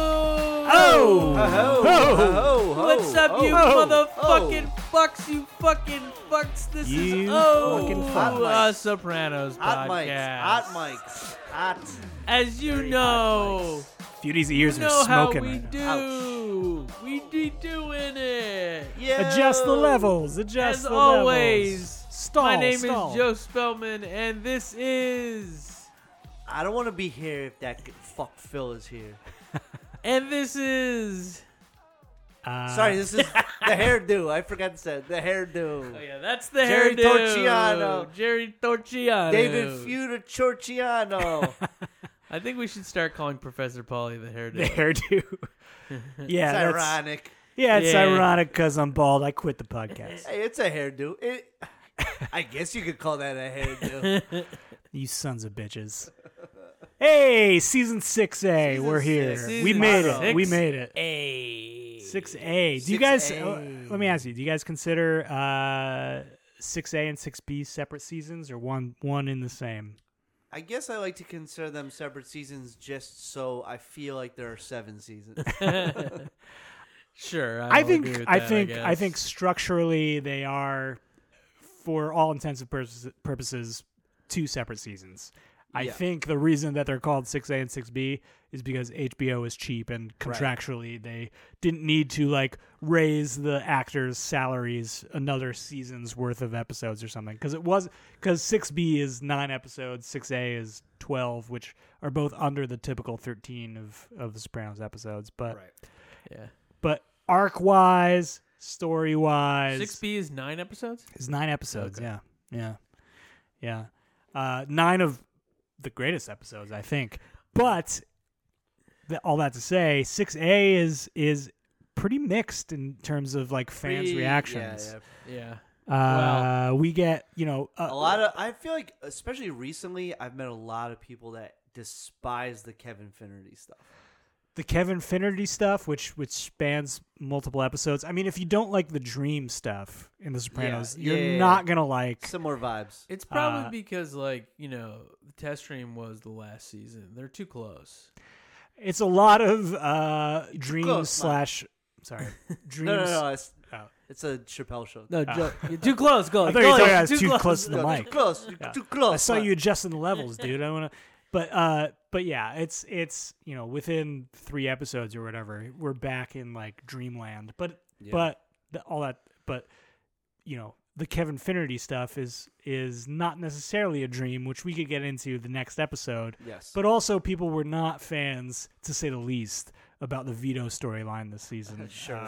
Oh! Ho, Ho. ho, ho, What's up, ho, you ho, motherfucking ho. fucking fucks? You fucking fucks. This is You oh, fucking fuck. a Sopranos Hot mics, podcast. hot mics, hot. As you know, Beauty's ears you know are how smoking we right now. do. We be doing it. Yeah. Adjust the levels. Adjust As the levels. always, Stall, my name stall. is Joe Spellman, and this is I don't want to be here if that g- fuck Phil is here. and this is. Uh, Sorry, this is the hairdo. I forgot to say the hairdo. Oh yeah, that's the Jerry hairdo. Torchiano. Jerry Torchiano. David Feuda Chorciano. I think we should start calling Professor Polly the hairdo. the hairdo. yeah, it's that's, ironic. Yeah, it's Yeah. ironic because I'm bald. I quit the podcast. Hey, it's a hairdo. It, I guess you could call that a hairdo. You sons of bitches. Hey, season six A, Season we're here. six. we Season made six it. We made it. A. Six A. Do you 6A. guys? uh, let me ask you. Do you guys consider uh six A and six B separate seasons, or one one in the same? I guess I like to consider them separate seasons just so I feel like there are seven seasons. Sure, I, I will agree think with I that, think I, guess. think structurally they are, for all intents and purposes, purposes two separate seasons. I Yeah. think the reason that they're called six A and six B is because HBO is cheap and contractually they didn't need to like raise the actors' salaries another season's worth of episodes or something because it was because six B is nine episodes, six A is twelve, which are both under the typical thirteen of of the Sopranos episodes, but yeah. but arc wise, story Six wise, B is nine episodes. it's nine episodes. Yeah, yeah, yeah. Uh, nine of the greatest episodes, I think. But th- all that to say, six A is is pretty mixed in terms of like fans' Three- yeah, reactions. yeah. Yeah, Uh, we get you know uh, a lot of I feel like especially recently I've met a lot of people that despise the Kevin Finnerty stuff. the Kevin Finnerty stuff, which which spans multiple episodes. I mean, if you don't like the dream stuff in The Sopranos, yeah, you're yeah, yeah. not gonna like Similar vibes. it's probably Uh, because like you know the test stream was the last season. They're too close. It's a lot of uh, dream close, slash. Sorry, dreams. No, no, no. It's, Oh. it's a Chappelle show. No, Ah. you're too close. Go. I thought you were talking about too close to the No, mic. Too close. you're Yeah. Too close. I saw man. you adjusting the levels, dude. I want to, but uh, but yeah, it's it's you know within three episodes or whatever, we're back in like dreamland. But Yeah. but the, all that, but you know the Kevin Finnerty stuff is is not necessarily a dream, which we could get into the next episode. Yes. But also, people were not fans, to say the least, about the veto storyline this season. Uh, Sure.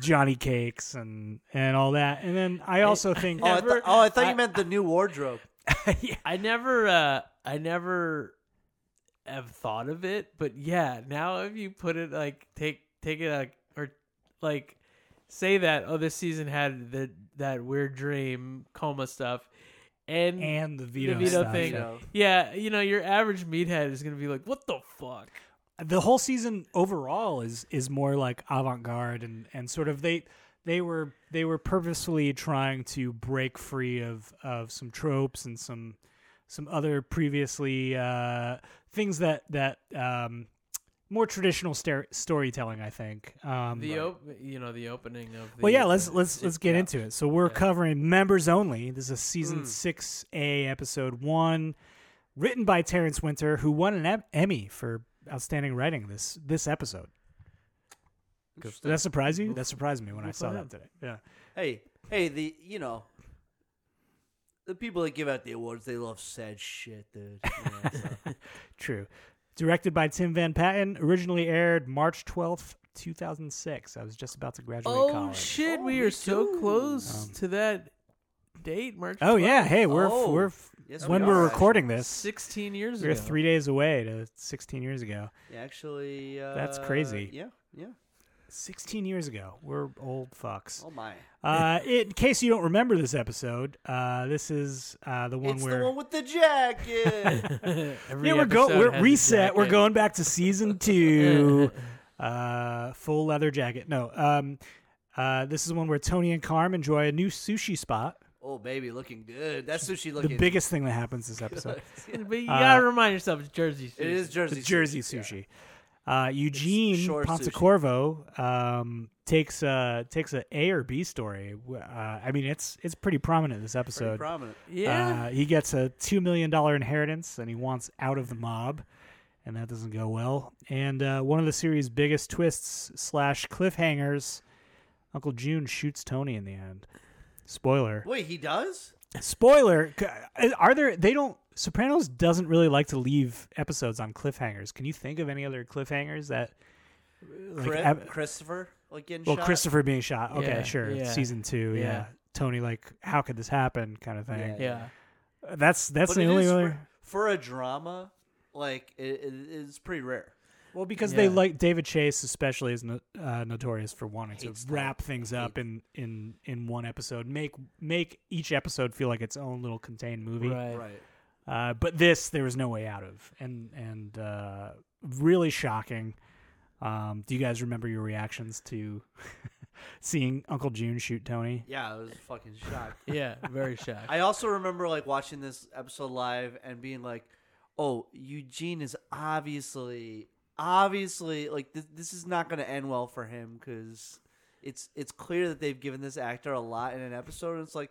Johnny Cakes and and all that. And then I also think Oh, I, thought- Never- oh, I thought I- you meant the new wardrobe. yeah, I never, uh, I never have thought of it, but yeah, now if you put it like take take it like or like say that oh this season had the that weird dream coma stuff and, and the the veto, veto stuff. thing, Veto. yeah, you know your average meathead is gonna be like what the fuck. the whole season overall is is more like avant-garde and and sort of they they were they were purposefully trying to break free of of some tropes and some some other previously uh things that that um more traditional star- storytelling i think um The op- you know the opening of. The, well yeah let's uh, let's let's get yeah. into it so we're Yeah. covering members only this is season Mm. 6a episode 1 written by terrence winter who won an em- emmy for outstanding writing this this episode did that surprise you that surprised me when i Good saw for that him. today yeah Hey, hey, the you know, the people that give out the awards, they love sad shit, dude. You know, so. true directed by tim van patten originally aired march 12th 2006 i was just about to graduate Oh college shit! Oh, we me are so too. close Um, to that date, March. oh yeah 12th. hey we're f- Oh, we're f- yes, when we we are are, recording this Sixteen years we're ago. three days away to 16 years ago actually, uh, That's crazy. Yeah, yeah. 16 years ago we're old fucks Oh my, Uh, in case you don't remember this episode, uh, this is uh, the one it's where the one with the jacket. Every yeah we're go episode we're has a reset. We're jacket. going back to season two. uh, full leather jacket. No, um, uh, this is one where Tony and Carm enjoy a new sushi spot. oh baby, looking good. That's sushi looking. The biggest thing that happens this episode. But you Uh, gotta remind yourself it's Jersey. It City. is Jersey. the Jersey yeah. sushi. Uh, Eugene shore sushi. Pontecorvo um, takes a takes a A or B story. Uh, I mean, it's it's pretty prominent this Pretty episode. prominent. Yeah. Uh, he gets a $2 million inheritance and he wants out of the mob, and that doesn't go well. And uh, one of the series' biggest twists slash cliffhangers Uncle June shoots Tony in the end. Spoiler. Wait, he does? Spoiler. C- uh, Are there, they don't, Sopranos doesn't really like to leave episodes on cliffhangers. Can you think of any other cliffhangers that, uh, like, Chri- ab- Christopher, like getting well, shot? Christopher being shot. Okay, Yeah, sure. yeah, Season two. Yeah. yeah. Tony, like, how could this happen? Kind of thing. yeah. That's, that's But it the only is other. for, for a drama, like it, it, it's pretty rare. Well, because they Yeah. like David Chase, especially, is no, uh, notorious for wanting Hates to that. wrap things up in, in in one episode, make make each episode feel like its own little contained movie. Right. Right. Uh, but this, there was no way out of, and and uh, really shocking. Um, do you guys remember your reactions to seeing Uncle June shoot Tony? Yeah, I was fucking shocked. Yeah. Very shocked. I also remember like watching this episode live and being like, "Oh, Eugene is obviously, obviously like this. This is not going to end well for him because it's it's clear that they've given this actor a lot in an episode. And it's like,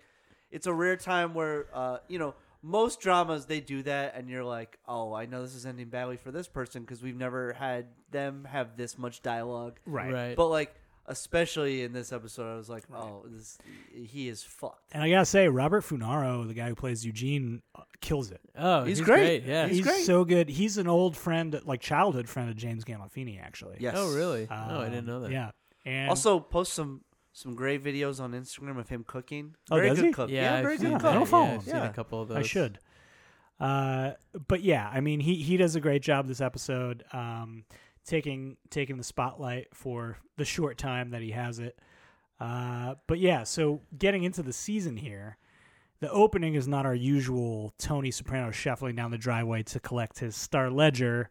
it's a rare time where uh, you know most dramas they do that, and you're like, "Oh, I know this is ending badly for this person because we've never had them have this much dialogue." Right. Right. But like, especially in this episode, I was like, "Oh, this he is fucked." And I gotta say, Robert Funaro, the guy who plays Eugene, uh, kills it. oh, He's great. Yeah. He's- great. so good. He's an old friend, like childhood friend of James Gandolfini, actually. Yes. oh, really? oh, I Um, didn't know that. Yeah. And Also, post some some great videos on Instagram of him cooking. Oh, very does good he? cook. Yeah. I've very seen good that. cook. I don't follow yeah, him. I've seen Yeah. a couple of those. I should. Uh, but yeah, I mean, he he does a great job this episode, um, taking taking the spotlight for the short time that he has it. Uh, but yeah, so getting into the season here, the opening is not our usual Tony Soprano shuffling down the driveway to collect his star ledger.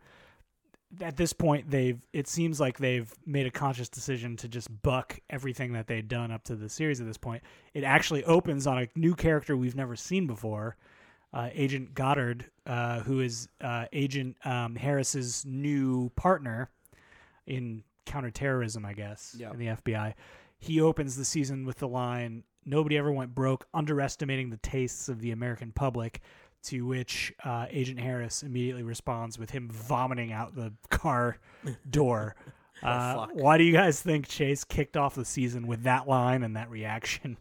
At this point, they've it seems like they've made a conscious decision to just buck everything that they'd done up to the series at this point. It actually opens on a new character we've never seen before, uh, Agent Goddard, uh, who is uh, Agent um, Harris's new partner in counterterrorism, I guess, Yeah. in the FBI. He opens the season with the line, "Nobody ever went broke, underestimating the tastes of the American public." To which uh, Agent Harris immediately responds with him vomiting out the car door. Uh, Oh, fuck. why do you guys think Chase kicked off the season with that line and that reaction?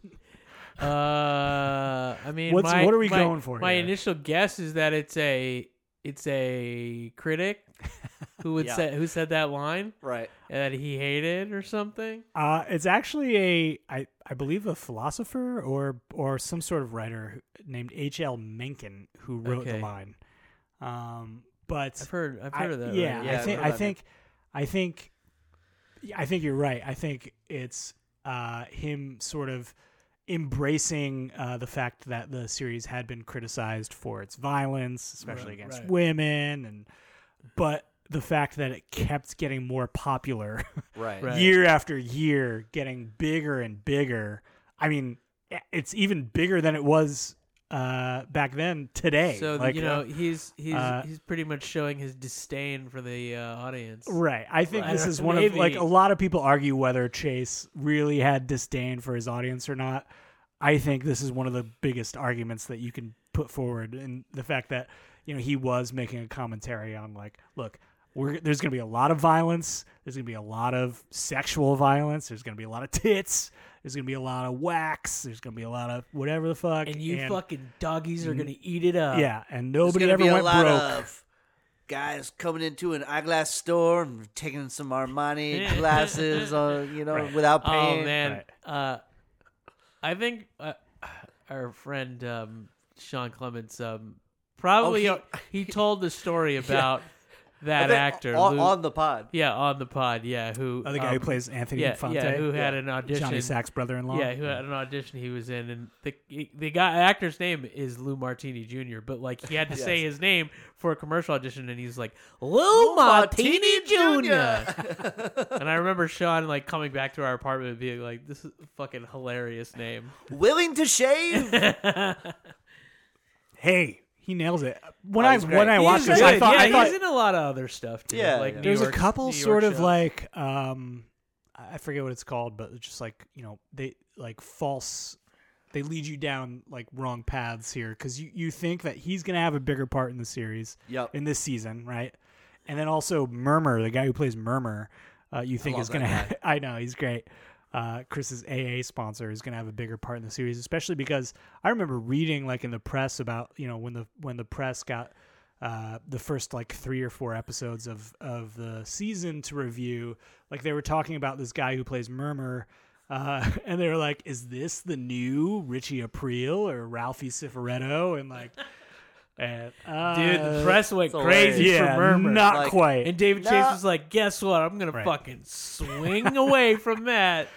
Uh, I mean, What's- my- what are we my- going for My here? initial guess is that it's a it's a critic who would Yeah. say who said that line Right. and that he hated or something. Uh, it's actually a, I, I believe, a philosopher or or some sort of writer named H. L. Mencken who wrote the Okay. line. Um, but I've heard I've I- heard of that. Yeah, right? Yeah, I I've think heard I of it. think I think yeah, I think you're right. I think it's uh, him sort of embracing uh, the fact that the series had been criticized for its violence, especially Right, against right. women, and but the fact that it kept getting more popular Right. Right. year after year, getting bigger and bigger. I mean, it's even bigger than it was uh, back then today. So Like, you know he's he's uh, he's pretty much showing his disdain for the uh, audience. Right. I think Right. this is one of Maybe. like a lot of people argue whether Chase really had disdain for his audience or not. I think this is one of the biggest arguments that you can put forward and the fact that you know he was making a commentary on like look we're, there's going to be a lot of violence. There's going to be a lot of sexual violence. There's going to be a lot of tits. There's going to be a lot of wax. There's going to be a lot of whatever the fuck. And you fucking doggies are gonna eat it up. yeah. And There's nobody gonna ever be a went lot broke. of guys coming into an eyeglass store and taking some Armani glasses, uh, you know, without paying. Oh man. Uh, I think uh, our friend um, Sean Clements um, probably Oh, he, told the story about I that think actor. on, Lou- on the pod. yeah, on the pod. Yeah, who Oh, the guy who um, plays Anthony yeah, Fonte, yeah, who had an audition. Johnny Sack's brother-in-law. Yeah, who had an audition he was in, and the he- the guy the actor's name is Lou Martini Jr. But like he had to say his name for a commercial audition, and he's like Lou Martini Jr. and I remember Sean like coming back to our apartment and being like, "This is a fucking hilarious name." Willing to shave? hey, he nails it. When Oh, I he's great. when I He's watched He's this, I good. thought, yeah, I thought he's in a lot of other stuff too. Yeah, like yeah. New there's a York's- couple New York sort of shows. like um, I forget what it's called, but it's just like you know they like false. They lead you down like wrong paths here because you you think that he's gonna have a bigger part in the series, Yep. in this season, right? And then also Murmur, the guy who plays Murmur, uh, you think love is gonna. that Have, I know he's great. Uh, Chris's AA sponsor is going to have a bigger part in the series, especially because I remember reading like in the press about you know when the when the press got uh, the first like three or four episodes of of the season to review, like they were talking about this guy who plays Murmur. Uh, and they were like, "Is this the new Richie Aprile or Ralphie Cifaretto?" And like, and, uh, dude. The press went it's crazy yeah, for Murmur. not Like- quite. and David No. Chase was like, "Guess what? I'm gonna fucking swing away from that."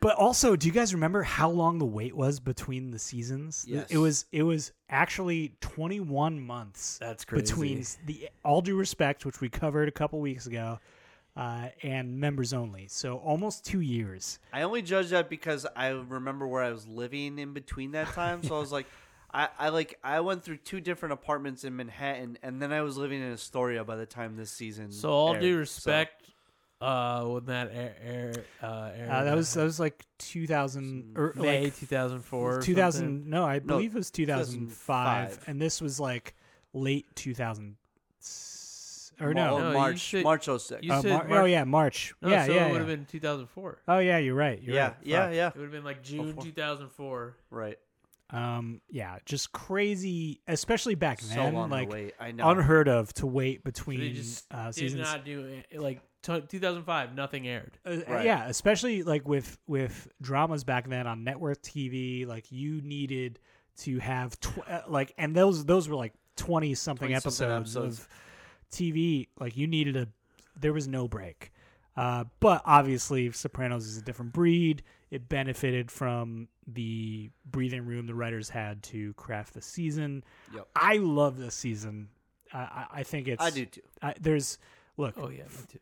But also, do you guys remember how long the wait was between the seasons? Th- Yes. It was it was actually 21 months That's between s- the All Due Respect, which we covered a couple weeks ago, uh, and Members Only. So almost 2 years. I only judge that because I remember where I was living in between that time. So I was like, I, I like I went through two different apartments in Manhattan, and then I was living in Astoria by the time this season. So all aired, due so- respect, uh, when that air, air uh, aired, Uh, that was that was like 2000 or May like 2004, or 2000 something. no, I believe it was 2005, 2005. and this was like late 2000 or Well, no. No, you March should- March 06. you Uh, said Mar- oh March- yeah, March. No, yeah, so yeah. it would yeah. have been 2004. Oh yeah, you're right. You're yeah, right. yeah, Fuck. yeah, It would have been like June Before. 2004. Right. Um, yeah, just crazy, especially back So then, long to like wait. I know. unheard of to wait They between just uh, did seasons. not do it. like t- 2005. Nothing aired. Uh, Right. Yeah, especially like with with dramas back then on network TV, like you needed to have tw- uh, like, and those those were like twenty something 20-something episodes, episodes. of TV. Like you needed a, there was no break. Uh, but obviously, Sopranos is a different breed. It benefited from the breathing room the writers had to craft the season. Yep. I love this season. I, I, I think it's. I do too. I, there's look. Oh yeah, me too.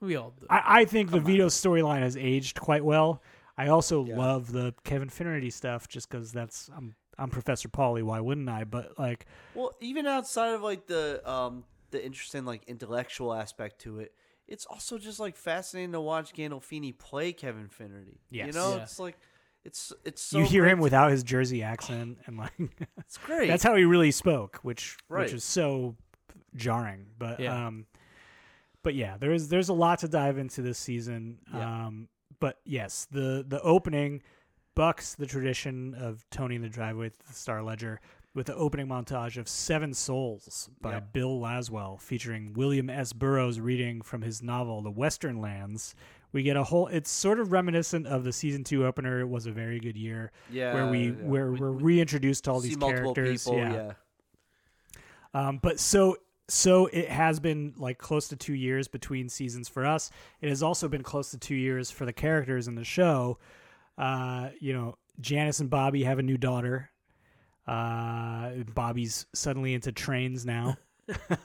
We all. do. I, I think the Vito storyline has aged quite well. I also Yeah. love the Kevin Finnerty stuff, just because that's I'm I'm Professor Pauly. Why wouldn't I? But like, Well, even outside of like the um the interesting like intellectual aspect to it, it's also just like fascinating to watch Gandolfini play Kevin Finnerty. You Yes. know, Yeah. it's like it's it's so you hear great him without his Jersey accent, and like It's great. that's how he really spoke, which Right. which is so jarring. But Yeah. um, but yeah, there is there's a lot to dive into this season. Yeah. Um, but yes, the the opening bucks the tradition of Tony in the driveway to the Star Ledger with the opening montage of Seven Souls by Yep. Bill Laswell, featuring William S. Burroughs reading from his novel The Western Lands. We get a whole. It's sort of reminiscent of the season two opener. It was a very good year, yeah, where we yeah. where we're reintroduced to all see these multiple characters. people. yeah. Um, but so so it has been like close to two years between seasons for us. It has also been close to two years for the characters in the show. Uh, you know, Janice and Bobby have a new daughter. Uh, Bobby's suddenly into trains now.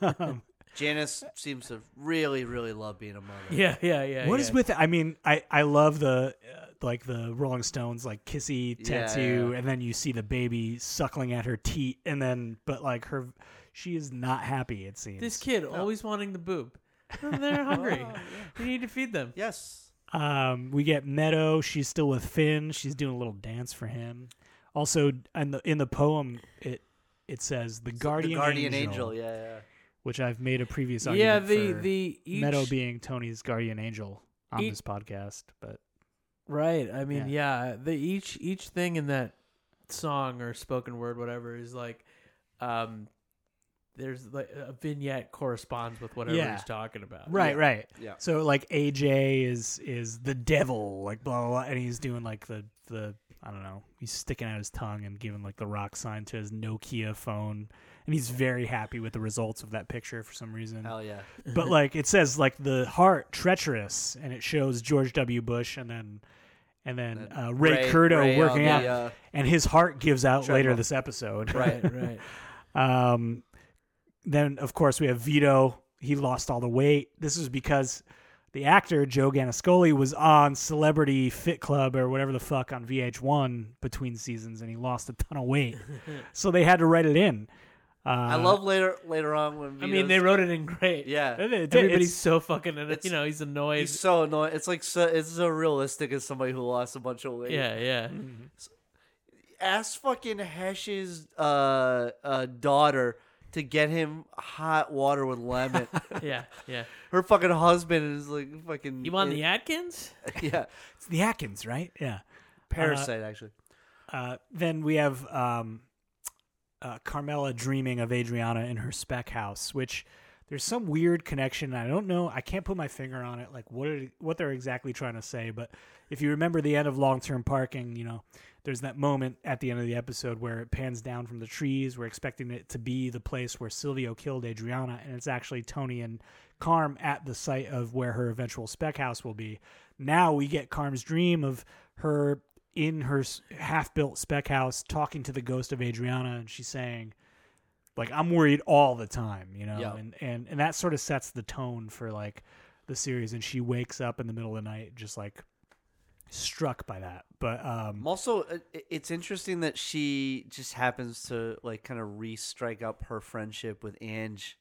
um, Janice seems to really, really love being a mother. Yeah, yeah, yeah. What yeah. is with I mean, I I love the uh, like the Rolling Stones like kissy Yeah, yeah, tattoo, yeah. and then you see the baby suckling at her teat, and then but like her, she is not happy. It seems. this kid always wanting the boob? And they're hungry. We need to feed them. Yes. um, we get Meadow. She's still with Finn. She's doing a little dance for him. Also, in the in the poem, it it says the guardian, the guardian angel. Yeah, yeah. which I've made a previous Yeah, argument the for the each, Meadow being Tony's guardian angel on Each- this podcast, but Right. I mean, yeah. the each each thing in that song or spoken word, whatever, is like, um, there's like a vignette corresponds with whatever Yeah. he's talking about. right, right. Yeah. So like AJ is is the devil, like blah blah, blah and he's doing like the the I don't know, he's sticking out his tongue and giving like the rock sign to his Nokia phone, and he's very happy with the results of that picture for some reason. Hell yeah. But like it says like the heart treacherous, and it shows George W. Bush and then and then uh, Ray, Ray- Curto Ray on working the, out, uh, and his heart gives out later treadmill. this episode. Right. Right. Um, then of course we have Vito. He lost all the weight. This is because the actor Joe Ganascoli was on Celebrity Fit Club or whatever the fuck on VH1 between seasons, and he lost a ton of weight. so they had to write it in. Uh, I love later later on when. I mean, they Vito's- wrote it in great. Yeah. Everybody's Everybody's so fucking. in it, it's- You know, he's annoyed. He's so annoying. It's like so, it's so realistic as somebody who lost a bunch of weight. yeah. Yeah. Ask fucking Hesh's uh, uh, daughter to get him hot water with lemon. Yeah. Yeah. Her fucking husband is like fucking. You want the Uh, Atkins? Yeah. it's the Atkins, right? Yeah. Parasite actually. Uh, then we have um, uh, Carmela dreaming of Adriana in her spec house, which there's some weird connection. I don't know. I can't put my finger on it. Like what are, what they're exactly trying to say. But if you remember the end of long term parking, you know, there's that moment at the end of the episode where it pans down from the trees. We're expecting it to be the place where Silvio killed Adriana, and it's actually Tony and Carm at the site of where her eventual spec house will be. Now we get Carm's dream of her in her half built spec house talking to the ghost of Adriana, and she's saying, like, I'm worried all the time, you know? Yeah. And, and, and that sort of sets the tone for like the series. And she wakes up in the middle of the night, just like struck by that. But, um, I'm also, uh, i- it's interesting that she just happens to like kind of re-strike up her friendship with Ange.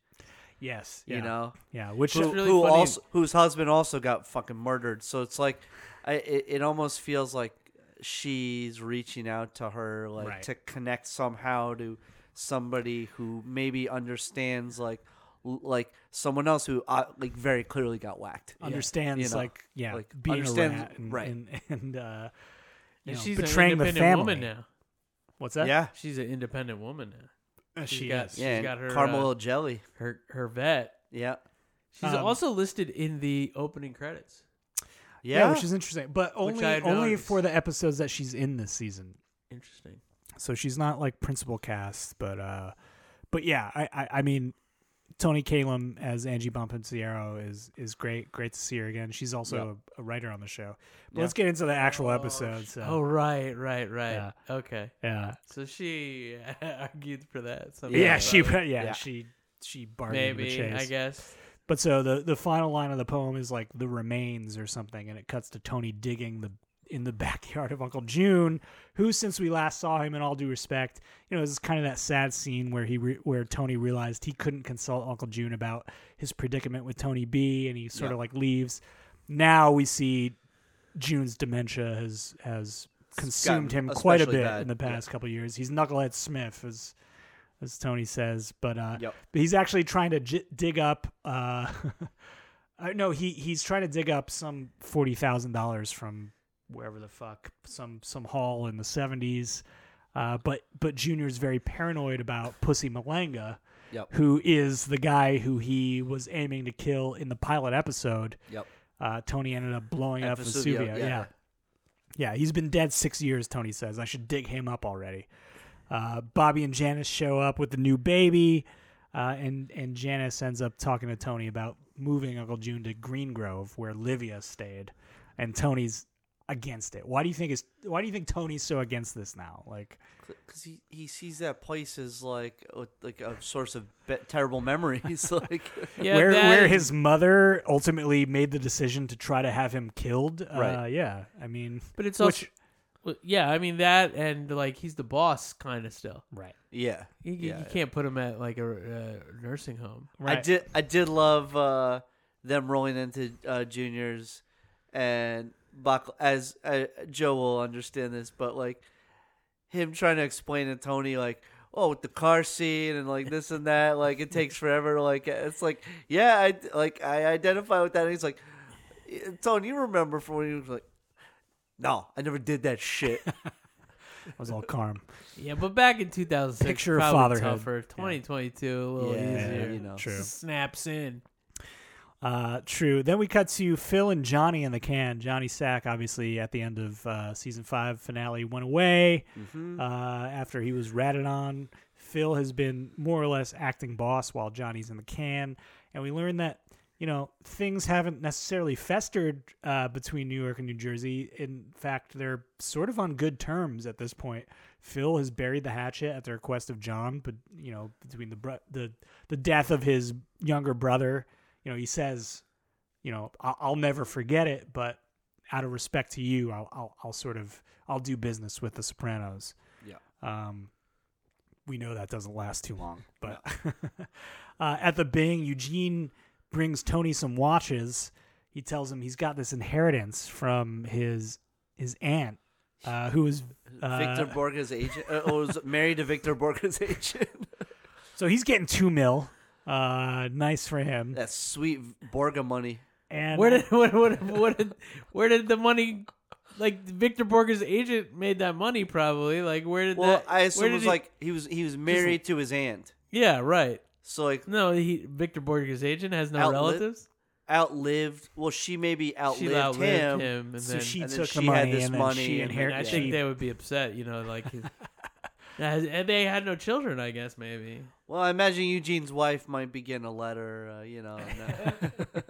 yes, You yeah. know, yeah, which Who- It's really who funny. also whose husband also got fucking murdered. So it's like, I it, it almost feels like she's reaching out to her like Right. to connect somehow to somebody who maybe understands like l- like someone else who uh, like very clearly got whacked. understands you know, like yeah, like, being a understands- rat and right. and, and uh, you And know, she's betraying an the independent family. woman now. What's that? yeah, She's an independent woman now. Uh, she's she got- is. She's yeah, and got her, caramel uh, jelly. Her her vet. Yeah, She's Um, also listed in the opening credits. yeah, Yeah. which is interesting, but only I had only noticed. for the episodes that she's in this season. Interesting. So she's not like principal cast, but uh, but yeah, I I, I mean. Tony Kalem as Angie Bompanciero is is great. Great to see her again. She's also a, a writer on the show. But Yeah. let's get into the actual uh, episode. So. Oh right, right, right. Yeah. Okay. yeah, So she argued for that. somehow, yeah, She but yeah, Yeah. she she bargained the maybe chase. I guess. But so the the final line of the poem is like the remains or something, and it cuts to Tony digging the in the backyard of Uncle June, who since we last saw him, in all due respect, you know, this is kind of that sad scene where he re- where Tony realized he couldn't consult Uncle June about his predicament with Tony B, and he sort of like leaves. Now we see June's dementia has has consumed gotten him quite a especially bit bad, in the yeah. past couple years. He's Knucklehead Smith, as as Tony says, but uh, Yep. but he's actually trying to j- dig up. Uh, uh, no, he he's trying to dig up some forty thousand dollars from wherever the fuck some some haul in the seventies. Uh, but but Junior's very paranoid about Pussy Malanga, Yep. who is the guy who he was aiming to kill in the pilot episode. Yep. Uh, Tony ended up blowing At up Vesuvio, Vesuvio. yeah. yeah. Yeah, he's been dead six years, Tony says. I should dig him up already. Uh, Bobby and Janice show up with the new baby, uh, and, and Janice ends up talking to Tony about moving Uncle June to Green Grove, where Livia stayed. And Tony's against it? Why do you think is why do you think Tony's so against this now? Like because he, he sees that place as like a- like a source of be- terrible memories. like Yeah, where that where and- his mother ultimately made the decision to try to have him killed. Uh, Right. yeah. I mean but it's also which- well, yeah. I mean that and like he's the boss kind of still. right. yeah, You, you- Yeah. you can't put him at like a uh, nursing home. Right. I did I did love uh, them rolling into uh, juniors and Buck as uh, Joe will understand this, but like him trying to explain to Tony like. Oh, with the car scene and like this and that, like it takes forever. Like it's like, yeah, I like I identify with that. And he's like, Tony, you remember from when you was like, no, I never did that shit. It was all calm. Yeah, but back in 2006, Picture of probably fatherhood. tougher. 2022, a little Yeah, easier. you know. True. Snaps in. Uh, true. Then we cut to Phil and Johnny in the can. Johnny Sack, obviously, at the end of uh, season five finale, went away uh, after he was ratted on. Phil has been more or less acting boss while Johnny's in the can, and we learn that you know things haven't necessarily festered uh, between New York and New Jersey. In fact, they're sort of on good terms at this point. Phil has buried the hatchet at the request of John, but you know between the br- the the death of his younger brother you know, he says, you know, I'll, I'll never forget it, but out of respect to you, I'll, I'll, I'll sort of, I'll do business with the Sopranos. Yeah. Um, we know that doesn't last too long, but uh, at the Bing, Eugene brings Tony some watches. He tells him he's got this inheritance from his his aunt, uh, who is uh, Victor Borga's agent, uh, or was married to Victor Borga's agent. So he's getting two mil. Uh, nice for him. That's sweet Borga money. And Where did what what what did where did the money? Like Victor Borger's agent made that money probably. Like where did Well, that? I where assume it did was he- like he was he was married to his aunt, yeah right. so like No, he Victor Borger's agent has no Outlet- relatives. outlived. Well, she maybe outlived, She outlived him, him. and so then she and then took the she had money this and then money and she then I inherited. yeah. think they would be upset. You know, like his- and they had no children. I guess maybe. Well, I imagine Eugene's wife might be getting a letter. Uh, you know, and, uh,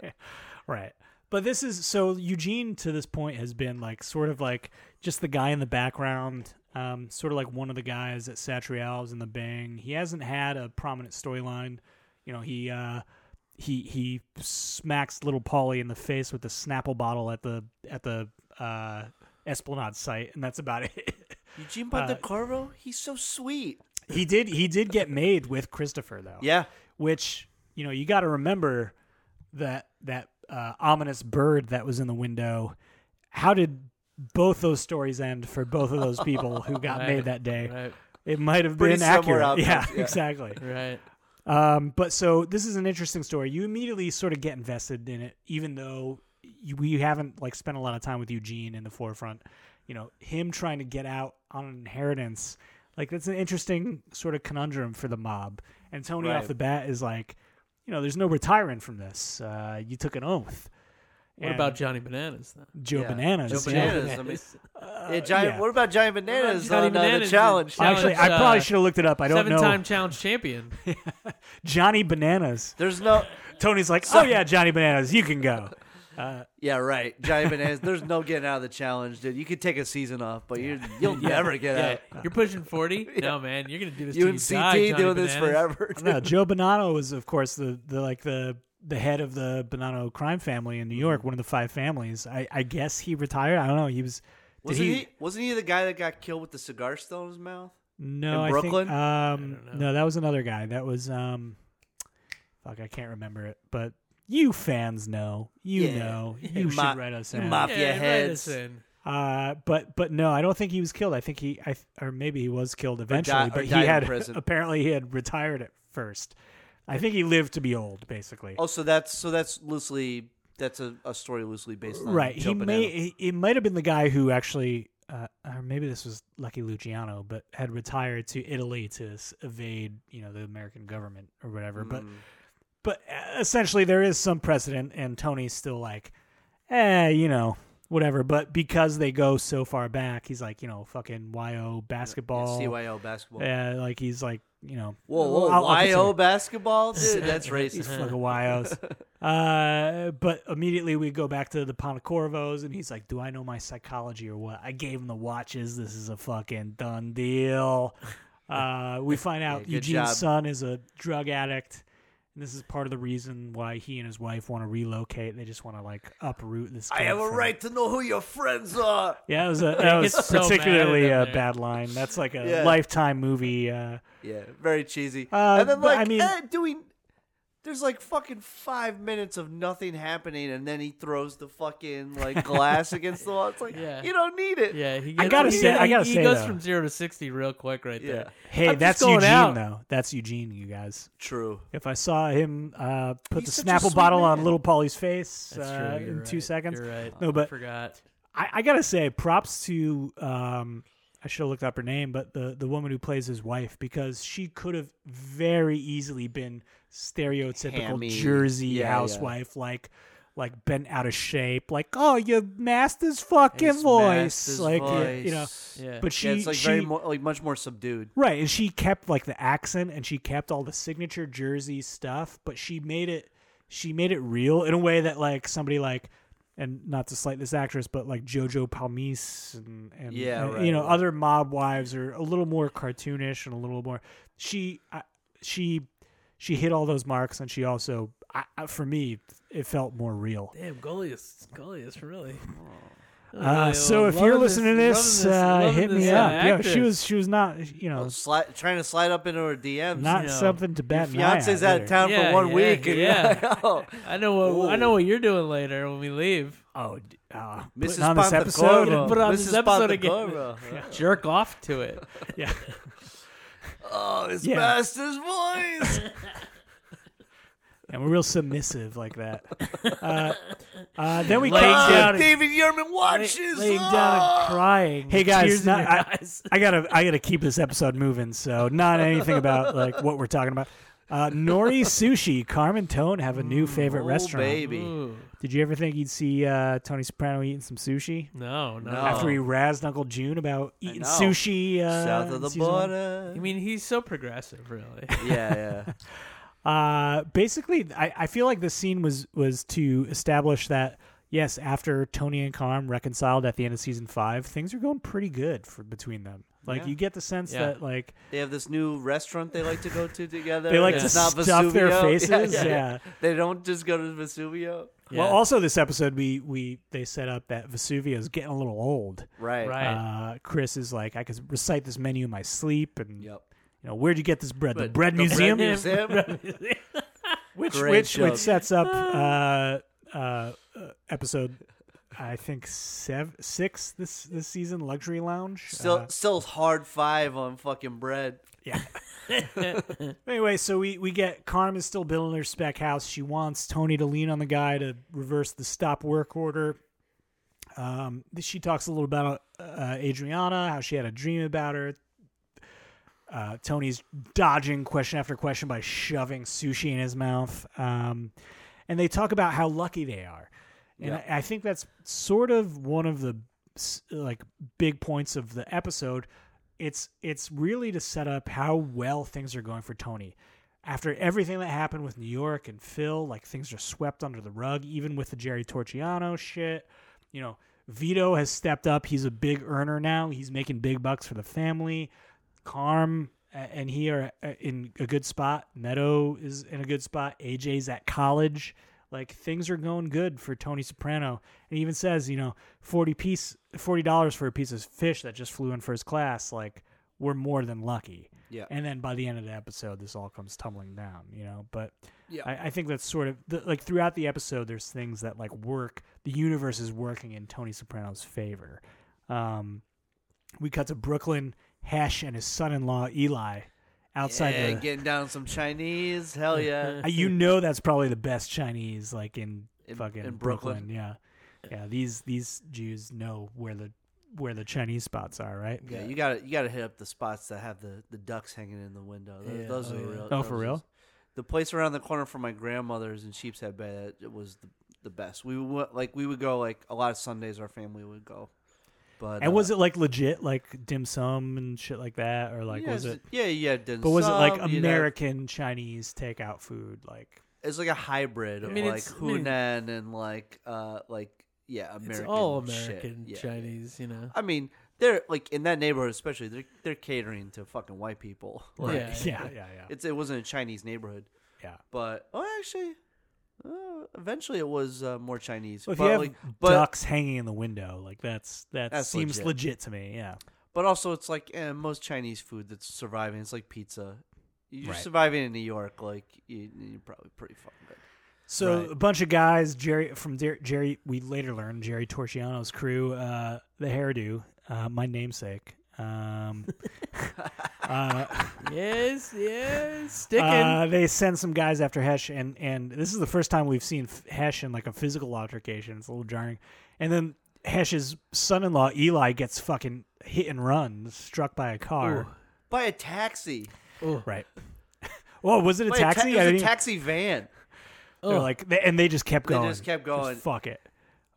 Right. But this is so Eugene to this point has been like sort of like just the guy in the background, um, sort of like one of the guys at Satrial's in the Bang. He hasn't had a prominent storyline. You know, he uh, he he smacks little Polly in the face with the Snapple bottle at the at the uh, Esplanade site, and that's about it. Eugene Uh, Pontecorvo, he's so sweet. he did he did get made with Christopher though Yeah, which you know you got to remember that that uh, ominous bird that was in the window. How did both those stories end for both of those people who got Right, made that day? Right, It might have Pretty been similar accurate. outcomes, yeah, yeah. exactly. right. Um, but so this is an interesting story. You immediately sort of get invested in it, even though you, we haven't like spent a lot of time with Eugene in the forefront. You know, him trying to get out on an inheritance, like that's an interesting sort of conundrum for the mob. And Tony off Right. the bat is like, you know, there's no retiring from this. Uh, you took an oath. What And about Johnny Bananas then? Joe Yeah. Bananas? Joe yeah. Bananas. I mean, Uh, yeah, giant. yeah. What about giant bananas Johnny on uh, the Bananas? challenge? Challenge. Actually, I probably uh, should have looked it up. I don't know. Seven-time challenge champion. Johnny Bananas. There's no. Tony's like, oh yeah, Johnny Bananas, you can go. Yeah, right. Giant bananas. There's no getting out of the challenge, dude. You could take a season off, but you're, you'll never get out. You're pupushing 40? No, man. You're going to do this till UNCT you die, Johnny doing this Bananas. forever. no, Joe Bonanno was, of course, the, the like the the head of the Bonanno crime family in New York, Mm-hmm. one of the five families. I, I guess he retired. I don't know. He was. Did Wasn't he, he, Wasn't he the guy that got killed with the cigar still in his mouth? No, in Brooklyn? I think, um, no, that was another guy. That was um, fuck, I can't remember it. But you fans know, you Yeah. know, you Ma- should write us you in. Yeah, ma- Mafia write heads. us in. Uh, but but no, I don't think he was killed. I think he I th- or maybe he was killed eventually, or but he died in had prison. apparently he had retired at first. I think he lived to be old, basically. Oh, so that's so that's loosely that's a, a story loosely based on right Joe he Bonanno. may he, it might have been the guy who actually uh, or maybe this was lucky luciano but had retired to italy to s- evade you know the american government or whatever but Mm. but uh, essentially there is some precedent and tony's still like eh you know whatever. But because they go so far back, he's like, you know, fucking YO basketball. CYO basketball. Oh. Yeah, like he's like, you know, Whoa, I'll- whoa, I'll- I'll YO consider- basketball, dude. That's These racist. fucking YOs. Uh, but immediately we go back to the Pontecorvos, and he's like, "Do I know my psychology or what? I gave him the watches. This is a fucking done deal." Uh, we find out good Eugene's job. son is a drug addict, and this is part of the reason why he and his wife want to relocate. They just want to like uproot this. I kid have a from- right to know who your friends are. Yeah, that was a that was gets so mad at particularly him a there. bad line. That's like a Yeah. lifetime movie. Uh, Yeah, very cheesy. Uh, and then but, like, I mean- eh, do we? There's like fucking five minutes of nothing happening, and then he throws the fucking like glass against the wall. It's like Yeah. you don't need it. Yeah, he gets, I gotta he- say- I gotta he say, goes though. from zero to sixty real quick right Yeah. there. hey, I'm just that's going Eugene out. though. That's Eugene, you guys. True. If I saw him uh, put He's the such a Snapple sweet bottle on man. little Polly's face That's uh, true. in you're two right, seconds, You're right. No, I but- forgot. I, I gotta say, props to um, I should have looked up her name, but the the woman who plays his wife because she could have very easily been stereotypical Hammy. Jersey Yeah, yeah. housewife, like like bent out of shape, like oh your master's fucking His voice, master's like you- you know. voice. Yeah. But she Yeah, it's like she very more, like much more subdued. Right, and she kept like the accent and she kept all the signature jersey stuff, but she made it she made it real in a way that like somebody like and not to slight this actress, but like Jojo Palmese and, and Yeah, and, right, you know right. other mob wives are a little more cartoonish and a little more she I, she she hit all those marks and she also I, I, for me it felt more real. Damn, Goliath, Goliath, really. Uh, so if you're listening to this, uh, hit me up. Yeah, she was she was not you know Oh, sli- trying to slide up into her DMs. not you know, something to bat an eye at Oh, Fiance's out either. of town Yeah, for one yeah, week. and you're yeah. like, oh. I know what I know what you're doing later when we leave. Oh, d- uh, Mrs. putting on this episode. Pontecorvo. and- Put on Mrs. this episode again. Pontecorvo. Jerk off to it. yeah, Oh, his Yeah. master's voice. and we're real submissive like that. Uh, uh, then we Laying down cut to- and- Oh, David Yerman watches. Oh, Laying down and crying. ah! Hey with guys, tears not- in your I, eyes. I gotta I gotta keep this episode moving. So not anything about like what we're talking about. Uh, Nori Sushi, Carmen Tone have a new favorite oh, restaurant. baby. Ooh. Did you ever think you'd see uh, Tony Soprano eating some sushi No, no. No. after he razzed Uncle June about eating know. sushi uh, South in of the season one? border. I mean, he's so progressive, really. yeah, yeah. Uh, basically, I, I feel like the scene was was to establish that yes, after Tony and Carm reconciled at the end of season five, things are going pretty good for between them. Like Yeah. you get the sense Yeah. that like They have this new restaurant they like to go to together. they like It's to not stuff their Vesuvio. faces. Yeah. They don't just go to Vesuvio. Well, Yeah. also this episode we we they set up that Vesuvio's getting a little old. Right. Right. Uh, Chris is like, I could recite this menu in my sleep, and Yep. you know, where'd you get this bread? the But bread the museum. Bread Museum. which Great which joke. which sets up uh, uh, uh, episode I think seven six this this season luxury lounge. Still, Uh, still hard five on fucking bread. yeah. anyway, so we we get Carm is still building her spec house. She wants Tony to lean on the guy to reverse the stop work order. Um, she talks a little about uh, Adriana, how she had a dream about her. Uh, Tony's dodging question after question by shoving sushi in his mouth. Um, and they talk about how lucky they are. And Yeah. I, I think that's sort of one of the s- like big points of the episode. It's it's really to set up how well things are going for Tony. After everything that happened with New York and Phil, like things are swept under the rug, even with the Jerry Torchiano shit. You know, Vito has stepped up. He's a big earner now. He's making big bucks for the family. Carm a- and he are uh, in a good spot. Meadow is in a good spot. AJ's at college. Like things are going good for Tony Soprano. And he even says, you know, forty piece, forty dollars for a piece of fish that just flew in first class. Like we're more than lucky. Yeah. And then by the end of the episode, this all comes tumbling down. You know, but Yeah. I, I think that's sort of the, like throughout the episode, there's things that like work. The universe is working in Tony Soprano's favor. Um, we cut to Brooklyn Hesh and his son-in-law Eli outside yeah, the. getting down some Chinese. Hell yeah. Uh, you know that's probably the best Chinese like in, In- fucking in Brooklyn. Brooklyn. Yeah, yeah. These these Jews know where the where the Chinese spots are, right? Yeah, you gotta you gotta hit up the spots that have the, the ducks hanging in the window. Those, Yeah. those Oh, are yeah. real. Oh, those for are- real? The place around the corner from my grandmother's in Sheepshead Bay that it was the, the best. We would like we would go like a lot of Sundays. Our family would go. But And uh, was it like legit, like dim sum and shit like that, or like yeah, was it? Yeah, yeah. Dim But was it like sum, you know. American Chinese takeout food? Like It's like a hybrid of mean, like it's- I mean- Hunan and like uh like yeah American. it's all shit. American Yeah, yeah. Chinese, you know. I mean, they're like in that neighborhood, especially they're they're catering to fucking white people. Like, Yeah. yeah, yeah, yeah, It's it wasn't a Chinese neighborhood, yeah. but oh, actually, uh, eventually it was uh, more Chinese. Well, if but you have like, but ducks hanging in the window, like that's that That's seems legit. legit. to me. Yeah, but also it's like eh, most Chinese food that's surviving. It's like pizza. You're Right. surviving in New York, like you, you're probably pretty fucking good. So Right. a bunch of guys, Jerry from Jer- Jerry, we later learned Jerry Torciano's crew, uh, the hairdo, uh, my namesake. Um, uh, yes, yes, sticking. uh, they send some guys after Hesh, and and this is the first time we've seen F- Hesh in like a physical altercation. It's a little jarring. And then Hesh's son-in-law Eli gets fucking hit and run, struck by a car. By a taxi. Right. Well, was it a By taxi? A ta- I it didn't- was a taxi van. Oh, They're like, they, and they just kept They going. just kept going. fuck it.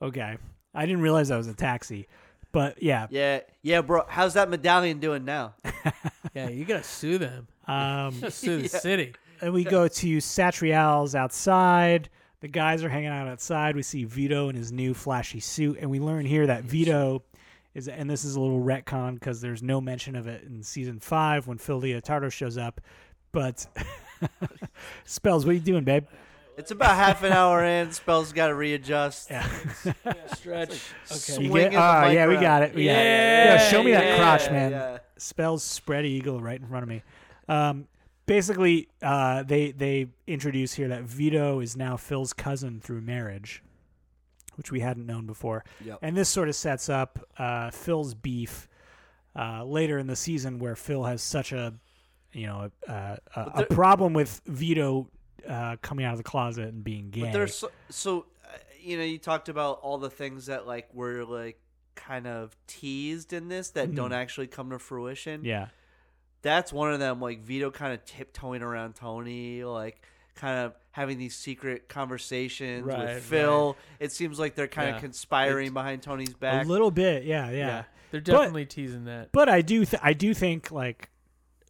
Okay, I didn't realize that was a taxi, but yeah. Yeah, yeah, bro. How's that medallion doing now? yeah, you gotta sue them. Um, Just sue the city. and we go to Satrial's outside. The guys are hanging out outside. We see Vito in his new flashy suit, and we learn here that Vito is, and this is a little retcon because there's no mention of it in season five when Phil Leotardo shows up. But spells, what are you doing, babe? It's about half an hour in. Spells got to readjust. Yeah. Stretch. Okay. You Swinging get, the ah, mic yeah, we around. got it. Yeah, Yeah, show me yeah, that crotch, man. yeah. Spells spread eagle right in front of me. Um, basically, uh, they they introduce here that Vito is now Phil's cousin through marriage, which we hadn't known before. Yep. And this sort of sets up uh, Phil's beef uh, later in the season, where Phil has such a you know a, a, a, a there- problem with Vito uh, coming out of the closet and being gay. But there's so, so uh, you know, you talked about all the things that like were like kind of teased in this that don't actually come to fruition. Mm-hmm. yeah, That's one of them. Like Vito kind of tiptoeing around Tony, like kind of having these secret conversations Right, with Phil. It seems like they're kind Yeah. of conspiring behind Tony's back. a little bit. yeah. yeah. They're But- definitely teasing that. But I do, th- I do think like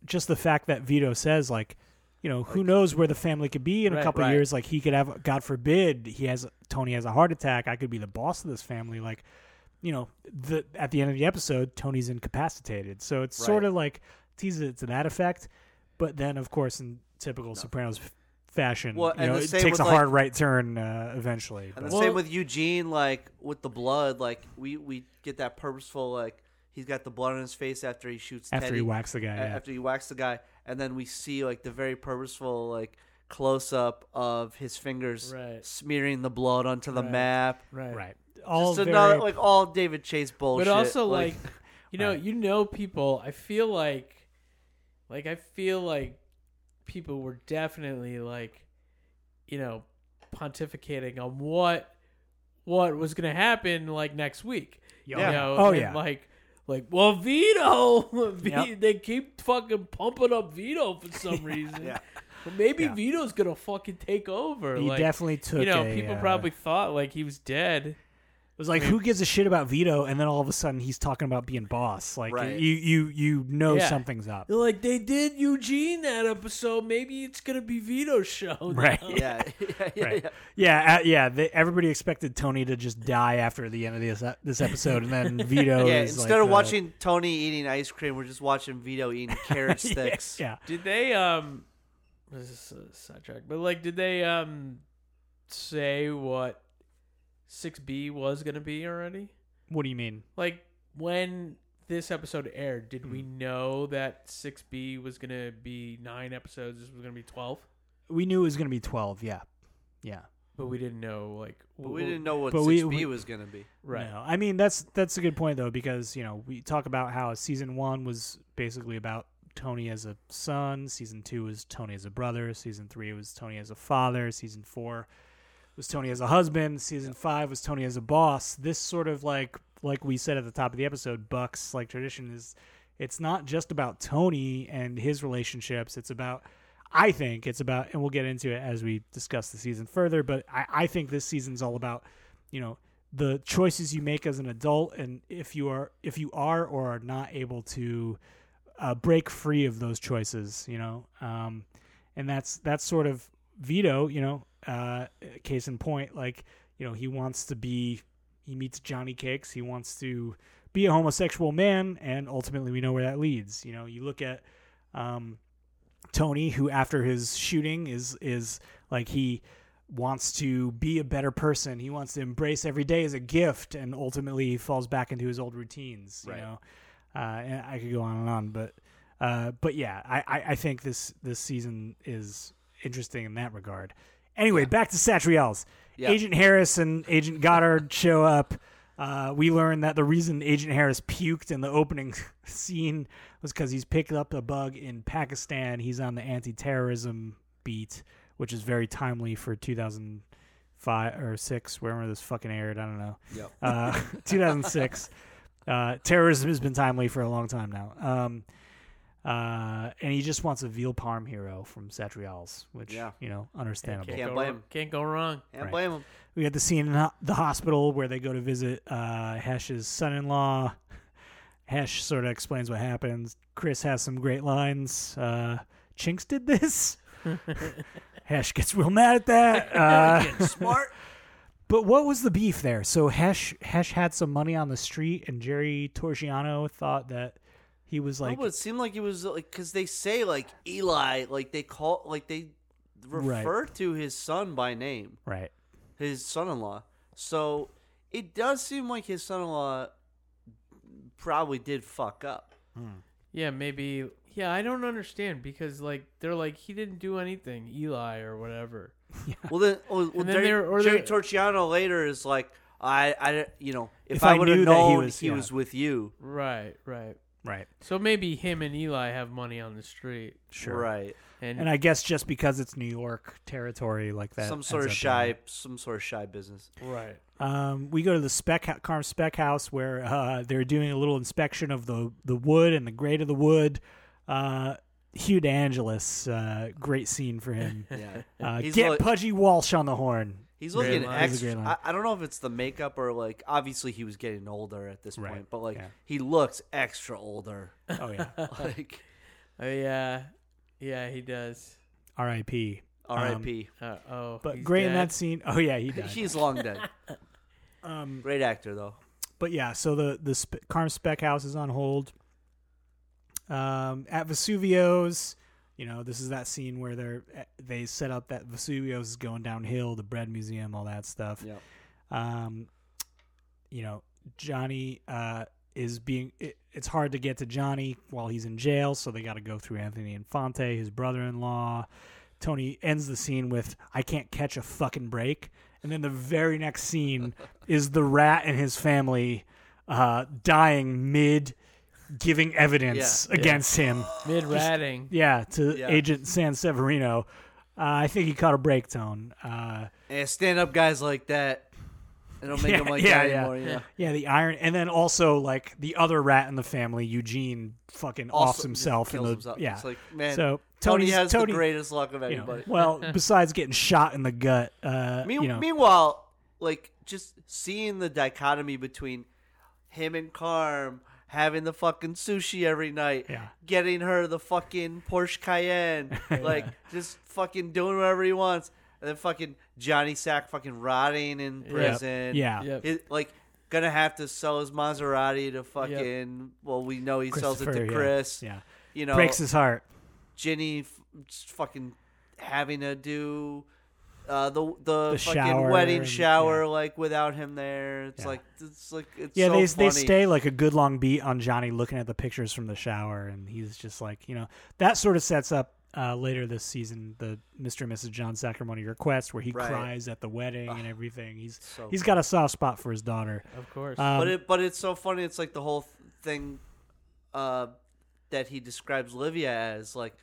just the fact that Vito says like, you know, who knows where the family could be in Right, a couple right. years? Like he could have, God forbid, he has Tony has a heart attack. I could be the boss of this family. Like, you know, the at the end of the episode, Tony's incapacitated. So it's sort Right. of like teases it to that effect. But then, of course, in typical Sopranos f- fashion, Well, you and know, the it same takes a with, hard like- right turn uh, eventually. And the But- Well- same with Eugene, like with the blood, like we we get that purposeful, like he's got the blood on his face after he shoots after Teddy, he whacks the guy, a- yeah. after he whacks the guy, and then we see like the very purposeful like close up of his fingers Right. smearing the blood onto the Right. map. Right. right? All Just very, another like all David Chase bullshit. But also like, like, you know, Right. you know people, I feel like like I feel like people were definitely like you know, pontificating on what what was going to happen like next week. Yeah. You know, Oh, and yeah. Like, like, well, Vito, V- Yep. they keep fucking pumping up Vito for some reason. But maybe Yeah. Vito's gonna fucking take over. he like, definitely took. you know, a, people uh, probably thought like he was dead. It was like, who gives a shit about Vito? And then all of a sudden, he's talking about being boss. Like Right. you, you, you know Yeah. something's up. They're like, they did Eugene that episode. Maybe it's gonna be Vito's show. now." Right. yeah, yeah, yeah, Right. yeah. Yeah. Uh, yeah. They, everybody expected Tony to just die after the end of this uh, this episode, and then Vito. Yeah, is instead like uh, of the- watching Tony eating ice cream, we're just watching Vito eating carrot sticks. Yeah. Did they um? This is a sidetrack, but like, did they um say what six B was gonna be already? What do you mean? Like when this episode aired, did we Hmm. know that six B was gonna be nine episodes? This was gonna be twelve, We knew it was gonna be twelve. Yeah. Yeah. but we didn't know like. But we didn't know what But six we- we- B was gonna be. Right. No. I mean, that's that's a good point though, because you know we talk about how season one was basically about Tony as a son, season two was Tony as a brother, season three was Tony as a father, season four was Tony as a husband, season five was Tony as a boss. This sort of like like we said at the top of the episode, Buck's like tradition is it's not just about Tony and his relationships. It's about I think it's about, and we'll get into it as we discuss the season further. But I, I think this season's all about, you know, the choices you make as an adult, and if you are, if you are or are not able to uh, break free of those choices, you know, um, and that's that's sort of Vito, you know, uh, case in point, like you know, he wants to be, he meets Johnny Cakes, he wants to be a homosexual man, and ultimately we know where that leads. You know, you look at. Um, Tony, who after his shooting is is like he wants to be a better person. He wants to embrace every day as a gift, and ultimately he falls back into his old routines. You Right. know, uh, and I could go on and on, but uh, but yeah, I, I I think this this season is interesting in that regard. Anyway, back to Satriel's. Yeah. Agent Harris and Agent Goddard show up. Uh, we learn that the reason Agent Harris puked in the opening scene was because he's picked up a bug in Pakistan. He's on the anti-terrorism beat, which is very timely for 2005 or six, wherever this fucking aired. I don't know. Yep. Uh, 2006. Uh, terrorism has been timely for a long time now. Um, uh, and he just wants a veal parm hero from Satrials, which Yeah. you know, understandable. Can't go blame wrong- him. Can't go wrong. Can't Right. blame him. We got the scene in ho- the hospital where they go to visit uh, Hesh's son-in-law. Hesh sort of explains what happens. Chris has some great lines. Uh, Chinks did this. Hesh gets real mad at that. Uh, Smart. but what was the beef there? So Hesh Hesh had some money on the street, and Jerry Torgiano thought that he was like no, but it seemed like it was like because they say like Eli, like they call, like they Right. refer to his son by name, right. his son-in-law. So it does seem like his son-in-law probably did fuck up. Yeah, maybe. Yeah, I don't understand because like they're like he didn't do anything, Eli or whatever. Well then, oh, well, then Jerry, they're- or Jerry they're- Torchiano later is like, I, I, you know, if, If I I would have knew that he known he, was- was, yeah. with you, Right, right. Right. So maybe him and Eli have money on the street, Sure. right? and, And I guess just because it's New York territory like that. some sort of ends up being- shy, some sort of shy business. right. Um, we go to the spec hou- Carm spec house where uh, they're doing a little inspection of the the wood and the grade of the wood. Uh, Hugh DeAngelis, uh, great scene for him. Yeah, Uh, He's get like- Pudgy Walsh on the horn. He's Great looking line. He's a extra. great line. I, I don't know if it's the makeup or like obviously he was getting older at this Right, point, but like yeah. he looks extra older. Oh yeah, like Oh yeah, yeah, he does. R.I.P. R.I.P. Uh, oh, But he's great in dead. that scene. Oh yeah, he died. He's long dead. Um, Great actor though. but yeah, so the the sp- Carm spec house is on hold. Um, at Vesuvio's, you know, this is that scene where they're eh, they set up that Vesuvio's is going downhill, the bread museum, all that stuff. Yep. um, you know, Johnny uh, is being. It, it's hard to get to Johnny while he's in jail, so they got to go through Anthony Infante, his brother-in-law. Tony ends the scene with "I can't catch a fucking break," and then the very next scene is the rat and his family uh, dying mid giving evidence Yeah. against him. mid ratting. Yeah, to Yeah. Agent San Severino. Uh, I think he caught a break tone. Uh, And stand up Eh, guys like that. They don't make Yeah, him like yeah, that yeah. anymore. Yeah. Yeah, the iron, and then also like the other rat in the family, Eugene, fucking offs Also himself. just in kills the, himself. Yeah, It's like man. so Tony Tony's- has Tony, the greatest luck of you know, anybody. well, besides getting shot in the gut, uh, Me- you know, Meanwhile, like just seeing the dichotomy between him and Carm having the fucking sushi every night, Yeah. getting her the fucking Porsche Cayenne, like just fucking doing whatever he wants, and then fucking Johnny Sack fucking rotting in prison. yeah, Yep. His- like gonna have to sell his Maserati to fucking. Well, we know he sells it to Christopher, yeah, Chris. yeah. You know, breaks his heart. Ginny f- just fucking having to do uh, the the, The fucking shower wedding and- shower yeah. like without him there. It's Yeah. like it's like it's Yeah, so they funny. they stay like a good long beat on Johnny looking at the pictures from the shower, and he's just like, you know, that sort of sets up. Uh, later this season, the Mr. and Mrs. John Sacramento request, where he Right. cries at the wedding and everything. He's so he's got a soft spot for his daughter. Of course. Um, But it but it's so funny. It's like the whole th- thing uh, that he describes Livia as like.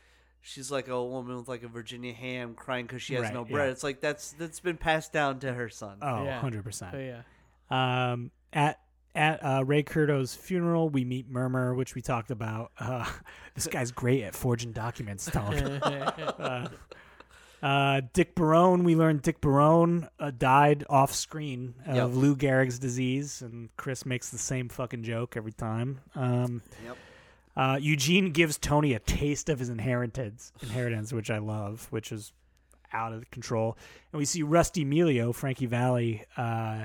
She's like a woman with like a Virginia ham crying because she has Right, no bread. yeah. It's like that's that's been passed down to her son. oh, Yeah. 100 percent. oh yeah. um, at At uh, Ray Curto's funeral, we meet Murmur, which we talked about. Uh, this guy's great at forging documents, Tom. uh, uh, Dick Barone, we learned Dick Barone uh, died off screen of Yep. Lou Gehrig's disease, and Chris makes the same fucking joke every time. Um, Yep. uh, Eugene gives Tony a taste of his inheritance, inheritance, which I love, which is out of control. And we see Rusty Melio, Frankie Valley, uh,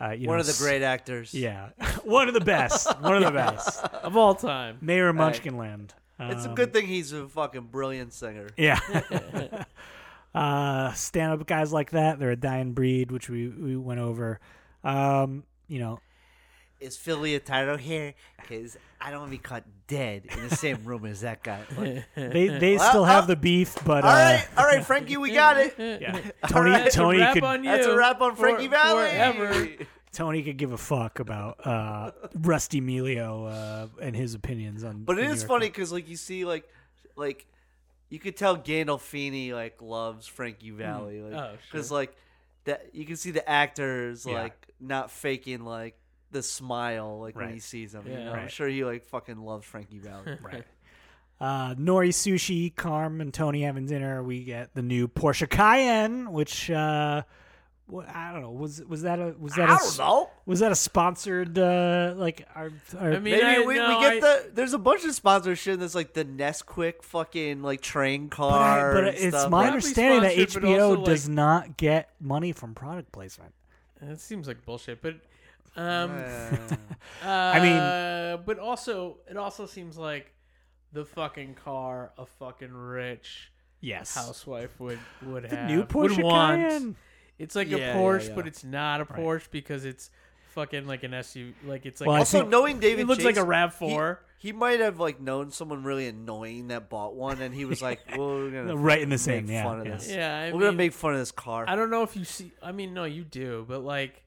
uh, you One know, of the s- great actors. yeah, one of the best, one of the best, of all time. Mayor of Munchkinland. It's a Um, good thing he's a fucking brilliant singer. yeah. uh, stand up guys like that, they're a dying breed, which we, we went over. Um, you know, Is Philly a title here? Because I don't want to be caught dead in the same room as that guy. Like, they they Well, still have uh, the beef, but uh, all right, all right, Frankie, we got it. yeah. Tony right. That's a Tony Wrap could on you That's a wrap on for- Frankie Valley. Forever. Tony could give a fuck about uh, Rusty Melio uh, and his opinions on. But it on is Europe. funny because like you see like like you could tell Gandolfini like loves Frankie Valley like Oh, because like that you can see the actors Yeah. like not faking like the smile like when he Right. sees them. Yeah. you know? I'm Right. sure he like fucking loves Frankie Valley. Right. Uh, Nori Sushi, Carm, and Tony having dinner. We get the new Porsche Cayenne, which uh, wha- I don't know was was that a was that a I don't s- know. was that a sponsored uh, like our, our I mean, Maybe I, we, no, we get I- the there's a bunch of sponsorship that's like the Nesquik fucking like train But I- car. but and it's stuff. my Probably understanding that sponsored, but HBO also, does like- not get money from product placement. That seems like bullshit, but um, Uh, I mean- but also it also seems like the fucking car a fucking rich Yes, housewife would would the have new would Porsche Uh, want. Cayenne. It's like Yeah, a yeah, Porsche, yeah. but it's not a Porsche because it's fucking like an SUV. Like it's like Well, I also, think- knowing David it looks like Chase, a Rav Four. He might have like known someone really annoying that bought one, and he was like, "Well, we're gonna Right in the make same, yeah, fun of yeah. this. Yeah, I we're mean, gonna make fun of this car." I don't know if you see. I mean, no, you do, but like,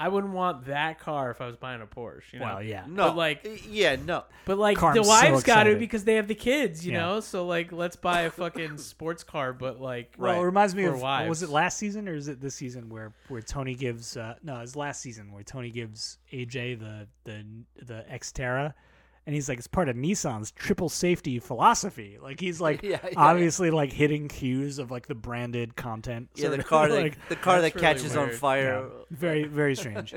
I wouldn't want that car if I was buying a Porsche. You know? Well, yeah. no, but, like- y- yeah, no. But like Car, the I'm so wives got excited. it because they have the kids, you Yeah. know. So like, let's buy a fucking sports car, but like, Right. Well, it reminds me Or of what was wives. it last season or is it this season where where Tony gives uh, no, it's last season where Tony gives AJ the the the Xterra, and he's like it's part of Nissan's triple safety philosophy. Like he's like Yeah, yeah, obviously like hitting cues of like the branded content. Yeah, sort the of, car that like, the car that That's really catches on weird. fire. very very strange.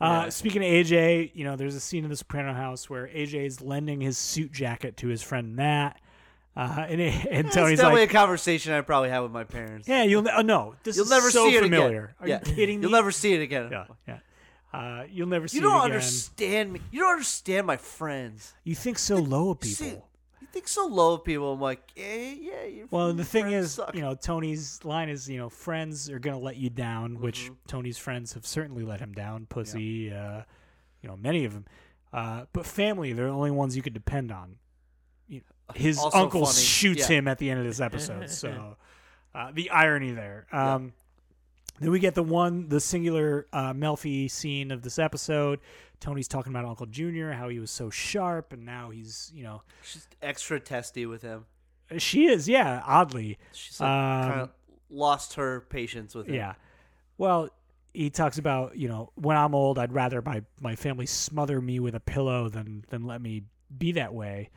Uh, speaking of AJ, you know, there's a scene in The Soprano House where AJ is lending his suit jacket to his friend Matt, uh, and and That's Tony's definitely like, a conversation I probably had with my parents. "Yeah, you'll ne- oh, no, this You'll is never so see it familiar. again. Are yeah. you kidding You'll me? never see it again. yeah, yeah. Uh, you'll never see You don't it again. understand me. You don't understand my friends. You think so low of You see- people. you think so low of people. I'm like, yeah, yeah. Your Well, the your thing friends is, suck. you know, Tony's line is, you know, friends are gonna let you down, Mm-hmm. which Tony's friends have certainly let him down. Pussy, uh, you know, many of them. Uh, but family, they're the only ones you could depend on. You his Uh, Also uncle funny. shoots Yeah. him at the end of this episode, so uh, the irony there. Um, Then we get the one, the singular uh, Melfi scene of this episode. Tony's talking about Uncle Junior, how he was so sharp, and now he's, you know, she's extra testy with him. she is, yeah, oddly. She's like, Um, kind of lost her patience with him. Yeah. Well, he talks about, you know, when I'm old, I'd rather my, my family smother me with a pillow than, than let me be that way.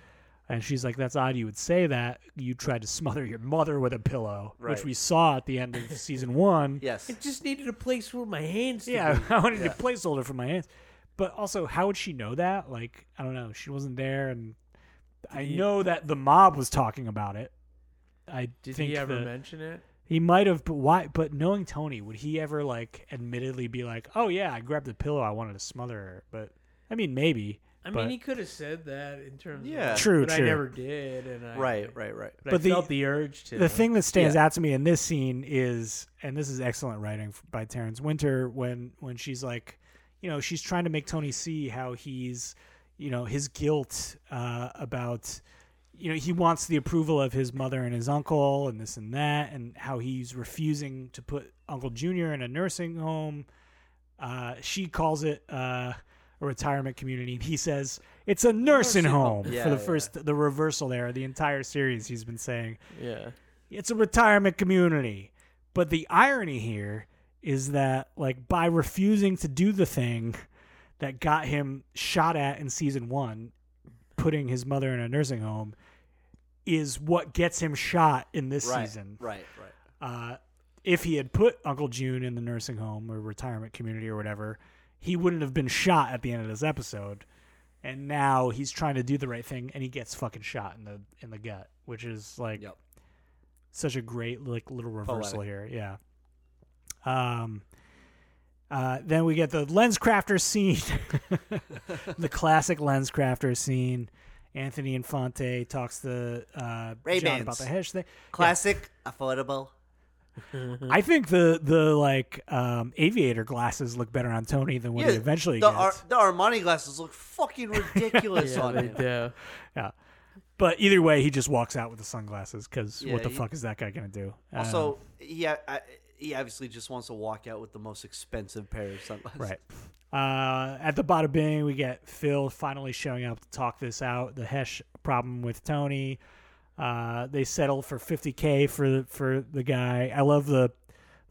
And she's like, that's odd you would say that. You tried to smother your mother with a pillow, which Right. we saw at the end of season one. Yes. I just needed a place where my hands. to Yeah, be. I wanted a placeholder for my hands. But also, how would she know that? Like, I don't know. She wasn't there. And I know that the mob was talking about it. I Did think he ever the- mention it? he might have, but why? But knowing Tony, would he ever like admittedly be like, "Oh yeah, I grabbed the pillow, I wanted to smother her"? But I mean, maybe. I but, mean, he could have said that in terms. Yeah. of, True, But I true. never did, and I, Right, right, right. But, But I the- felt the urge to. the thing that stands Yeah. out to me in this scene is, and this is excellent writing f- by Terrence Winter, when when she's like, you know, she's trying to make Tony see how he's, you know, his guilt uh, about, you know, he wants the approval of his mother and his uncle and this and that, and how he's refusing to put Uncle Junior in a nursing home. Uh, she calls it uh, a retirement community, and he says it's a nursing, home, Yeah, for the yeah. first the reversal there. The entire series, he's been saying Yeah. it's a retirement community. But the irony here is that, like, by refusing to do the thing, that got him shot at in season one, putting his mother in a nursing home, is what gets him shot in this right, season. right, right. Uh, if he had put Uncle June in the nursing home or retirement community or whatever, he wouldn't have been shot at the end of this episode. And now he's trying to do the right thing, and he gets fucking shot in the in the gut, which is like Yep. such a great like little reversal Poetic. here. Yeah. Um. Uh, then we get the lens crafter scene, the classic lens crafter scene. Anthony Infante talks to uh, John Ray-Bans. about the hash thing. Classic, affordable. I think the the like um, aviator glasses look better on Tony than what he eventually the, gets. Ar- the Armani glasses look fucking ridiculous Yeah, on they him. do. yeah. But either way, he just walks out with the sunglasses because Yeah, what the he- fuck is that guy gonna do? Uh, Also, yeah, I, he obviously just wants to walk out with the most expensive pair of sunglasses. Right. Uh, at the bottom bing, we get Phil finally showing up to talk this out. The Hesh problem with Tony. Uh, they settle for 50k for for the guy. I love the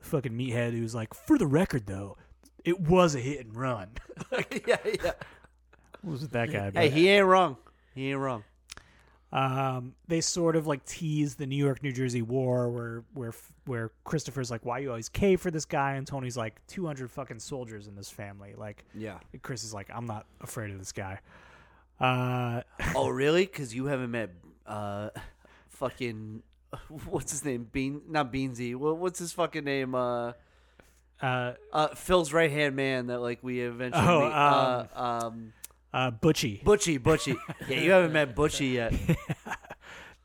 fucking meathead who's like, for the record though, it was a hit and run. yeah, yeah. what was with that guy? Hey, he ain't wrong. He ain't wrong. um, they sort of like tease the New York New Jersey War, where where where Christopher's like, "Why you always cave for this guy?" and Tony's like, "200 fucking soldiers in this family." Like, Yeah. Chris is like, "I'm not afraid of this guy." Uh, Oh, really? Because you haven't met, uh, fucking, what's his name? Bean, not Beansy. Wha- What's his fucking name? Uh, uh, uh, Phil's right hand man that like we eventually. Oh, meet. uh, um, uh, Butchie, Butchie, Butchie. yeah, you haven't met Butchie yet.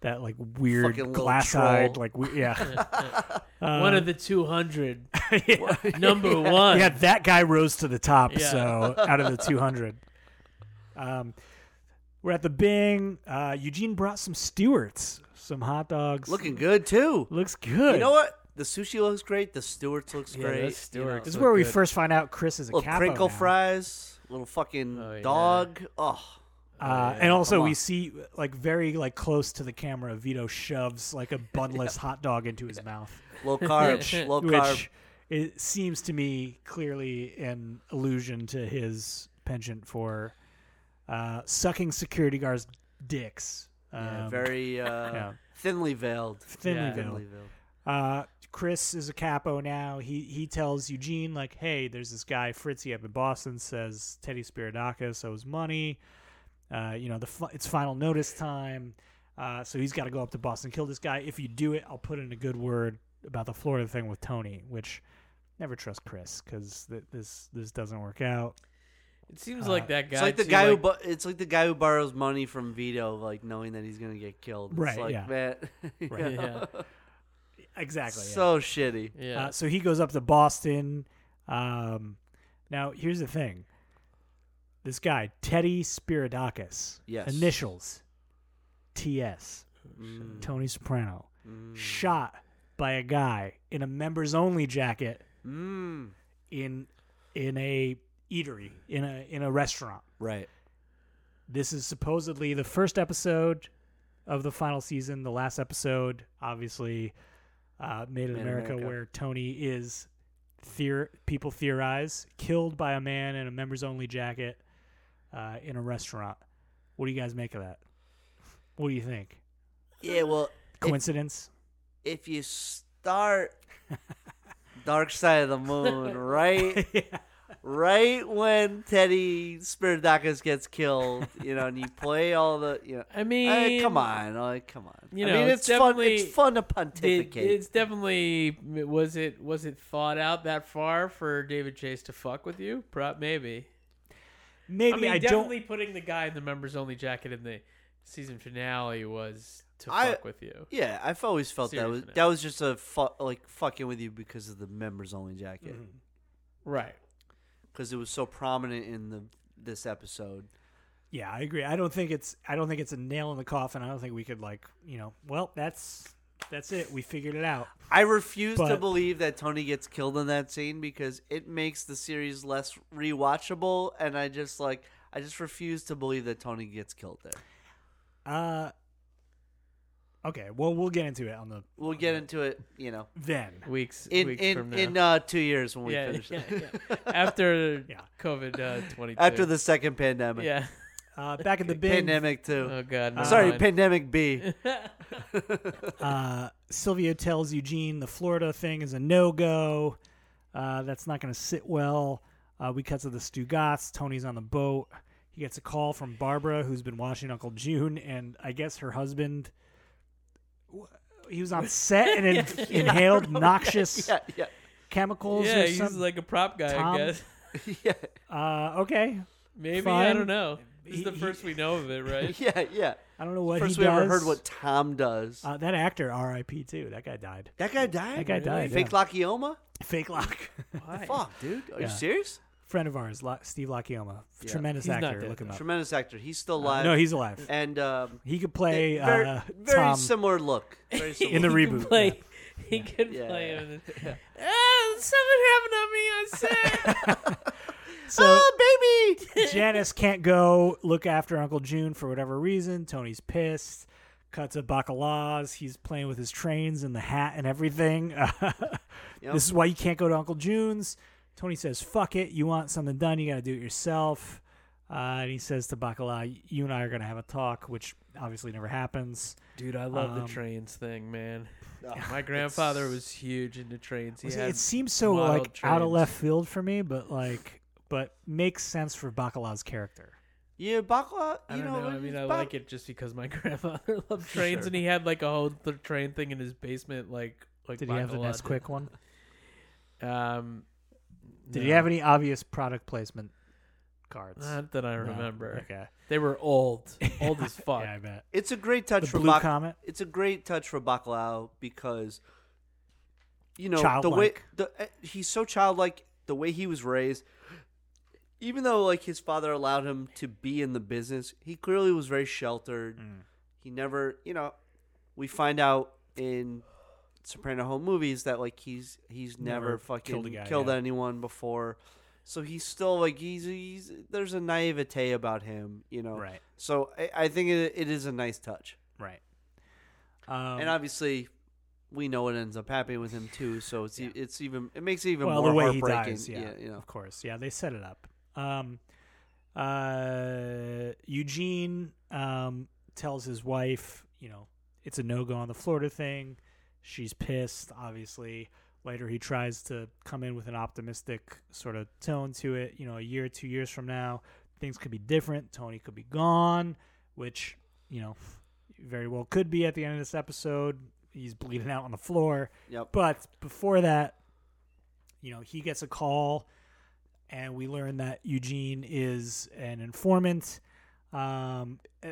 that like Fucking weird little glass-eyed, troll. like we- yeah, one of the 200. Uh, yeah. Number one. yeah, that guy rose to the top. Yeah. So out of the 200, um, we're at the Bing. Uh, Eugene brought some Stewarts, some hot dogs. Looking good too. Looks good. You know what? The sushi looks great. The Stewart's looks Yeah, great. those Stewart's This You is look where we good. first find out Chris is a know, little capo Uh, crinkle now. fries, little fucking Oh, yeah. dog. Oh, Uh, and also Come we on. see like very like close to the camera, Vito shoves like a bunless hot dog into his mouth, low carb, low carb. which it seems to me clearly an allusion to his penchant for uh, sucking security guards' dicks. Yeah, Um, very uh, yeah. thinly veiled. thinly Yeah. veiled. Thinly veiled. Uh, Chris is a capo now. He he tells Eugene like, "Hey, there's this guy Fritzy up in Boston says Teddy Spiridakis owes money. Uh, you know, the fi- it's final notice time. Uh, so he's got to go up to Boston kill this guy. If you do it, I'll put in a good word about the Florida thing with Tony, which never trust Chris because th- this this doesn't work out. It seems Uh, like that guy. It's like the too, guy who like- bu- it's like the guy who borrows money from Vito, like knowing that he's gonna get killed. It's Right, like, yeah. Man, Right. Yeah. Exactly. yeah. So shitty. Yeah. Uh, so he goes up to Boston. Um, now, here's the thing. This guy, Teddy Spiridakis, Yes. initials TS, Tony Soprano, shot by a guy in a members only jacket Mm. in in a eatery in a in a restaurant. Right. This is supposedly the first episode of the final season. The last episode, obviously, uh, Made in Made in America, America. where Tony is, theor- people theorize, killed by a man in a members only jacket uh, in a restaurant. What do you guys make of that? What do you think? Yeah. Well, if, Coincidence? if you start Dark Side of the Moon, right, right when Teddy Spiridakis gets killed, you know, and you play all the, you know, I mean, eh, come on, like, come on. you I know, mean, it's it's, fun. definitely- It's fun to It, pontificate. it's definitely was it was it thought out that far for David Chase to fuck with you? Prop maybe. Maybe I, I mean, don't. definitely putting the guy in the members only jacket in the season finale was to I- fuck with you. Yeah, I've always felt that Serious was now. that was just a fu- like fucking with you because of the members only jacket Mm-hmm. Right. because it was so prominent in the this episode. Yeah, I agree. I don't think it's. I don't think it's a nail in the coffin. I don't think we could like. You know. Well, that's that's it. We figured it out. I refuse to But- believe that Tony gets killed in that scene because it makes the series less rewatchable, and I just like I just refuse to believe that Tony gets killed there. Uh, Okay, well we'll get into it on the We'll get into it, you know, then. Weeks, in weeks in from now. in uh, two years when we yeah, finish yeah, it. yeah. after Yeah. COVID uh, twenty two. after the second pandemic. yeah. Uh, back in the bin. Pandemic too. Oh God. never Sorry, mind. pandemic B. Uh, Sylvia tells Eugene the Florida thing is a no go. Uh, that's not going to sit well. Uh, we cut to the Stugats. Tony's on the boat. He gets a call from Barbara, who's been watching Uncle June, and I guess her husband. He was on set and in- inhaled noxious yeah, yeah, chemicals. yeah, or he's something. like a prop guy, Tom- I guess. yeah, uh, okay. Maybe I Fine. don't know. This He- is the he- first we know of it, right? yeah, yeah. I don't know what First he we does. ever heard what Tom does. uh, that actor, R.I.P. Too. That guy died. that guy died. That guy died. Fake yeah. Lacioma? Fake lock. Fuck, dude. Are Yeah. you serious? Friend of ours, Lo- Steve Lacchioma. Yeah. Tremendous He's not actor. dead, Look him up. Tremendous actor. He's still alive. Uh, No, he's alive. and um, He could play very, uh, very Tom similar look. Very similar. in the He could reboot. play. He could Yeah. play. him. Oh, something happened to me. I said. yeah. So oh, baby. Janice can't go look after Uncle June for whatever reason. Tony's pissed. Cut to Bacala's. He's playing with his trains and the hat and everything. This is why you can't go to Uncle June's. Tony says, fuck it. You want something done, you got to do it yourself. Uh, and he says to Bacala, you and I are going to have a talk, which obviously never happens. Dude, I love Um, the trains thing, man. My grandfather was huge into trains. He Was it- had it seems so model like out of trains. left field for me, but like, but makes sense for Bacala's character. Yeah, Bakla. I you don't know, know. I mean, I Bak- like it just because my grandfather loved trains, and he had like a whole th- train thing in his basement. Like, like Did he have the Bacala Nesquik quick one? did. Um, Did no, he have any obvious product placement cards? Not that I No. remember. Okay. They were old, old as fuck. Yeah, I bet. It's a great touch The for blue Bak- comet. It's a great touch for Bacalao because you know the way Childlike. the uh, he's so childlike. The way he was raised, even though like his father allowed him to be in the business, he clearly was very sheltered. Mm. He never, you know, we find out in Soprano Home movies that like he's he's never, Never fucking killed killed, a guy, yeah. anyone before. So he's still like he's, he's there's a naivete about him, you Oh. know. Right. So I, I think it, it is a nice touch. Right. Um, and obviously, we know what ends up happening with him too. So it's e it's even it makes it even well, more the way he heartbreaking. dies, yeah, you know. of course, yeah, they set it up. Um, uh, Eugene um, tells his wife, you know, it's a no go on the Florida thing. She's pissed, obviously. Later, he tries to come in with an optimistic sort of tone to it. You know, a year, two years from now, things could be different. Tony could be gone, which you know, very well could be at the end of this episode. He's bleeding out on the floor. Yep. But before that, you know, he gets a call, and we learn that Eugene is an informant um, uh,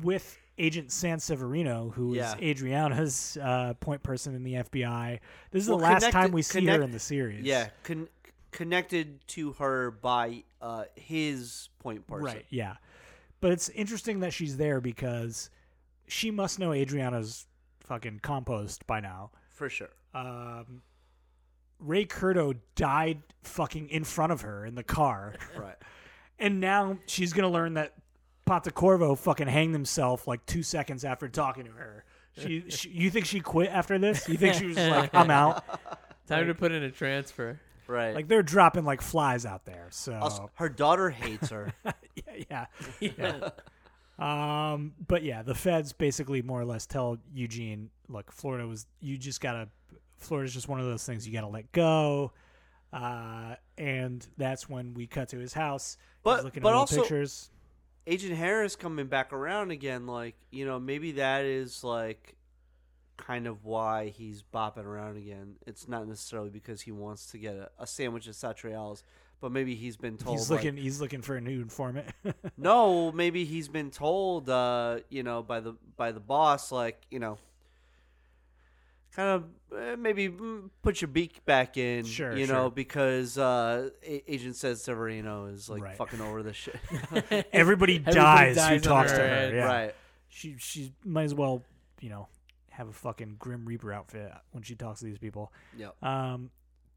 with Agent Sanseverino, who is Yeah. Adriana's uh, point person in the FBI. This is Well, the last connected- time we see her connect- in the series. Yeah, con- connected to her by uh, his point person. Right. Yeah. But it's interesting that she's there because she must know Adriana's fucking compost by now. for sure. um, Ray Curto died fucking in front of her in the car, Right. and now she's gonna learn that Pontecorvo fucking hanged himself like two seconds after talking to her. She, she, you think she quit after this? You think she was just like, "I'm out"? Time to put in a transfer. Right. Like uh, they're dropping like flies out there. So Also, her daughter hates her. yeah, yeah. yeah. um, but yeah, the feds basically more or less tell Eugene, look, Florida was you just gotta Florida's just one of those things you gotta let go. Uh, and that's when we cut to his house. But- He's looking but at old also- pictures. Agent Harris coming back around again, like, you know, maybe that is like kind of why he's bopping around again. It's not necessarily because he wants to get a, a sandwich at Satrial's, but maybe he's been told He's like, looking he's looking for a new informant. No, maybe he's been told, uh, you know, by the by the boss, like you know, kind of uh, maybe mm, put your beak back in, Sure, you know, sure. because uh, A- Agent says Severino is like Right. fucking over this shit, Everybody, Everybody dies, who dies talks to under her. it. Yeah. right? She she might as well, you know, have a fucking Grim Reaper outfit when she talks to these people. Yep. Um,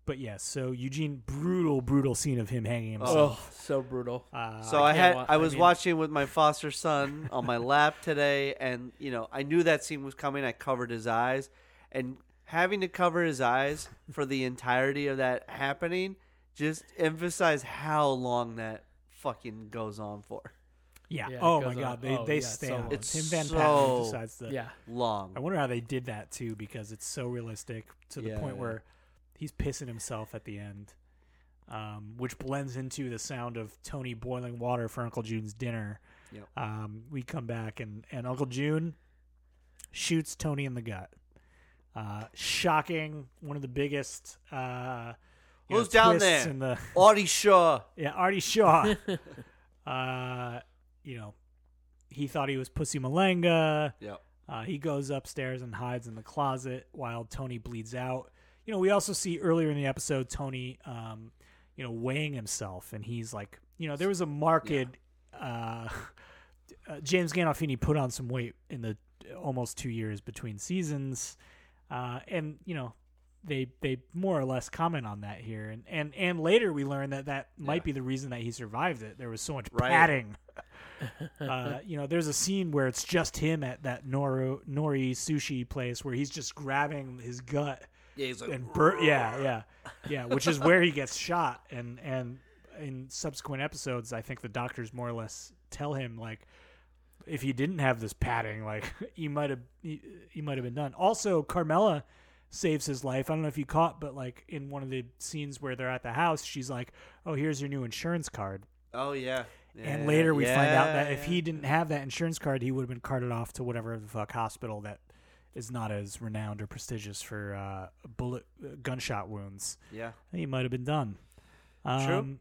But yes, so Eugene, brutal, brutal scene of him hanging himself. Oh, so brutal. Uh, So I, can't had wa- I I was mean- watching with my foster son on my lap today, and you know I knew that scene was coming. I covered his eyes, and having to cover his eyes for the entirety of that happening just emphasized how long that fucking goes on for. yeah. Yeah, it Oh my goes on. God, they Oh, they yeah, stay so on. long. It's It's Tim Van so- Patten decides the. Yeah. I Long. wonder how they did that too, because it's so realistic to the Yeah, point yeah. where he's pissing himself at the end, um, which blends into the sound of Tony boiling water for Uncle June's dinner. Yep. Um, we come back and and Uncle June shoots Tony in the gut. Uh, shocking! One of the biggest. Uh, you know, Who's down twists there? In the Audie Shaw. yeah, Artie Shaw. uh, you know, he thought he was Pussy Malenga. Yep. Uh, he goes upstairs and hides in the closet while Tony bleeds out. You know, we also see earlier in the episode Tony, um, you know, weighing himself, and he's like, you know, there was a marked. Uh, uh, James Gandolfini put on some weight in the almost two years between seasons, uh, and you know, they they more or less comment on that here, and and and later we learn that that might be the reason that he survived it. There was so much Right. padding uh, you know, there's a scene where it's just him at that Noru, Nori sushi place where he's just grabbing his gut Yeah, he's like, and bur- yeah, yeah, yeah, which is where he gets shot. And and in subsequent episodes, I think the doctors more or less tell him like, if he didn't have this padding, like he might have he, he might have been done. Also, Carmela saves his life. I don't know if you caught, but like in one of the scenes where they're at the house, she's like, "Oh, here's your new insurance card." oh yeah. yeah. and later we find out that if yeah. he didn't have that insurance card, he would have been carted off to whatever the fuck hospital that is not as renowned or prestigious for uh, bullet uh, gunshot wounds. yeah, He might have been done. Um, True.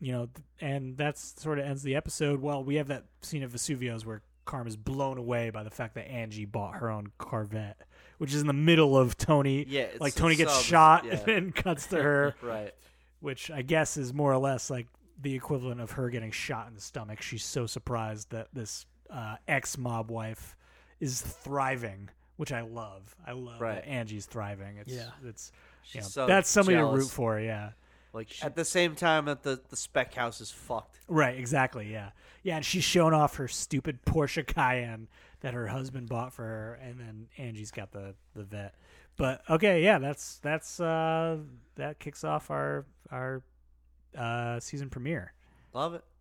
You know, th- and that's sort of ends the episode. Well, we have that scene of Vesuvio's where Carm is blown away by the fact that Angie bought her own Corvette, which is in the middle of Tony. Yeah, it's like Tony gets subs, shot yeah. and then cuts to her right. which I guess is more or less like the equivalent of her getting shot in the stomach. She's so surprised that this uh, ex mob wife is thriving, which I love. I love Right. that Angie's thriving. It's, Yeah. it's She's you know, so that's somebody to jealous. root for. Yeah, Like at the same time that the the spec house is fucked. right. Exactly. Yeah, yeah. And she's showing off her stupid Porsche Cayenne that her husband bought for her, and then Angie's got the the vet. But okay, yeah, that's that's uh, that kicks off our our uh, season premiere. Love it.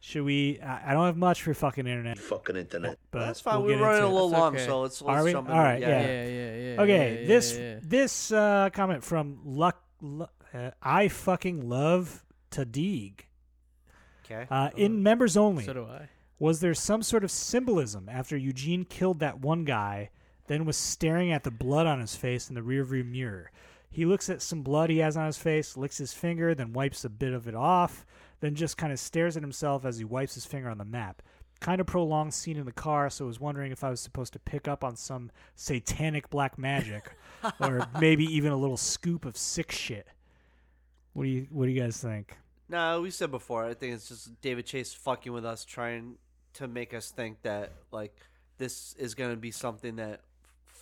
Should we? I I don't have much for fucking internet, fucking internet. but That's fine. we'll We're get running into a it. little That's long, okay. so let's Are let's we? jump All in. right, Yeah, Yeah. yeah, yeah. yeah Okay, yeah, this yeah, yeah. this uh, comment from Luck. Lu- uh, I fucking love Tadig. Okay. Uh, in members only, So do I. was there some sort of symbolism after Eugene killed that one guy, then was staring at the blood on his face in the rearview mirror? He looks at some blood he has on his face, licks his finger, then wipes a bit of it off, then just kind of stares at himself as he wipes his finger on the map. Kind of prolonged scene in the car, so I was wondering if I was supposed to pick up on some satanic black magic, or maybe even a little scoop of sick shit. What do you What do you guys think? No, we said before. I think it's just David Chase fucking with us, trying to make us think that like this is gonna be something that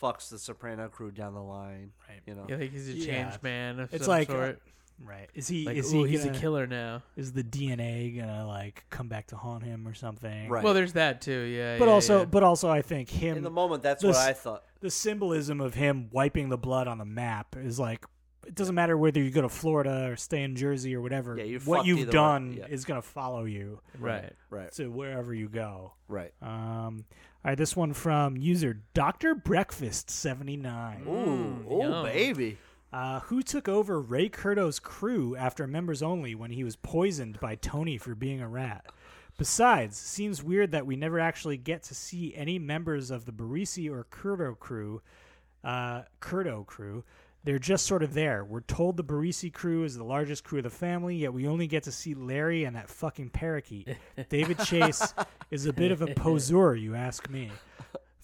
fucks the Soprano crew down the line. Right. You know. You think he's a Yeah. change man of It's some like, sort? Right? Is he? Like, is ooh, he? he's gonna- a killer now. Is the DNA gonna like come back to haunt him or something? Right. Well, there's that too. Yeah. But yeah, also, yeah. but also, I think him In the moment, that's this- what I thought. the symbolism of him wiping the blood on the map is like it doesn't matter whether you go to Florida or stay in Jersey or whatever. Yeah, you're what fucked you've either way, done yeah. is gonna follow you right. Right. to wherever you go. Right. Um, all right, this one from user Doctor Breakfast seventy nine. Ooh, oh yum. baby. Uh, who took over Ray Curto's crew after Members Only when he was poisoned by Tony for being a rat? Besides, seems weird that we never actually get to see any members of the Barisi or Curto crew. Uh, Curto crew. They're just sort of there. We're told the Barisi crew is the largest crew of the family, yet we only get to see Larry and that fucking parakeet. David Chase is a bit of a poseur, you ask me.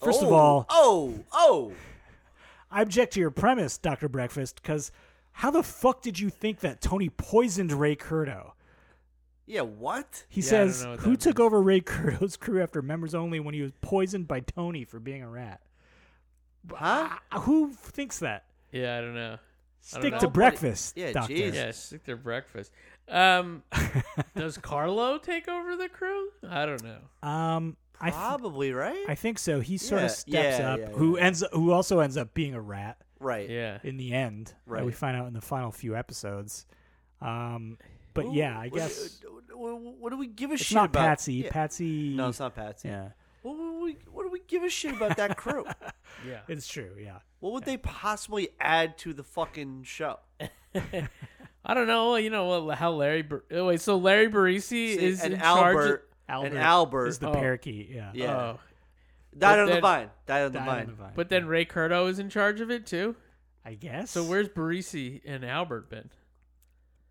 First of Oh, all, oh, oh, I object to your premise, Dr. Breakfast, because how the fuck did you think that Tony poisoned Ray Curto? yeah. What? He Yeah, I don't says, know what Who that took over Ray Curto's crew after members only when he was poisoned by Tony for being a rat? Huh? Uh, Who thinks that? Yeah, I don't know. I don't Stick know. to Nobody- breakfast, yeah, Doctor. Jesus. Yeah, stick their breakfast. Um, does Carlo take over the crew? I don't know. Um, I, th- Probably right. I think so. He sort Yeah, of steps yeah, up, yeah, who yeah. ends who also ends up being a rat right. Yeah. in the end. that Right. we find out in the final few episodes. Um, but yeah, I What- guess What, what do we give a it's shit not about? Patsy. Yeah. Patsy. No, it's not Patsy. Yeah, What, would we, what do we give a shit about that crew? Yeah. it's true. Yeah. what would they possibly add to the fucking show? I don't know. You know well, how Larry? Bar- oh, wait, so Larry Barisi See, is and in charge. Albert, Albert and Albert is the Oh. parakeet. Yeah. Of- Yeah. Oh, died but on the then- vine. Died on the Died vine. on the vine. but then Ray Curto is in charge of it too. I guess. So where's Barisi and Albert been?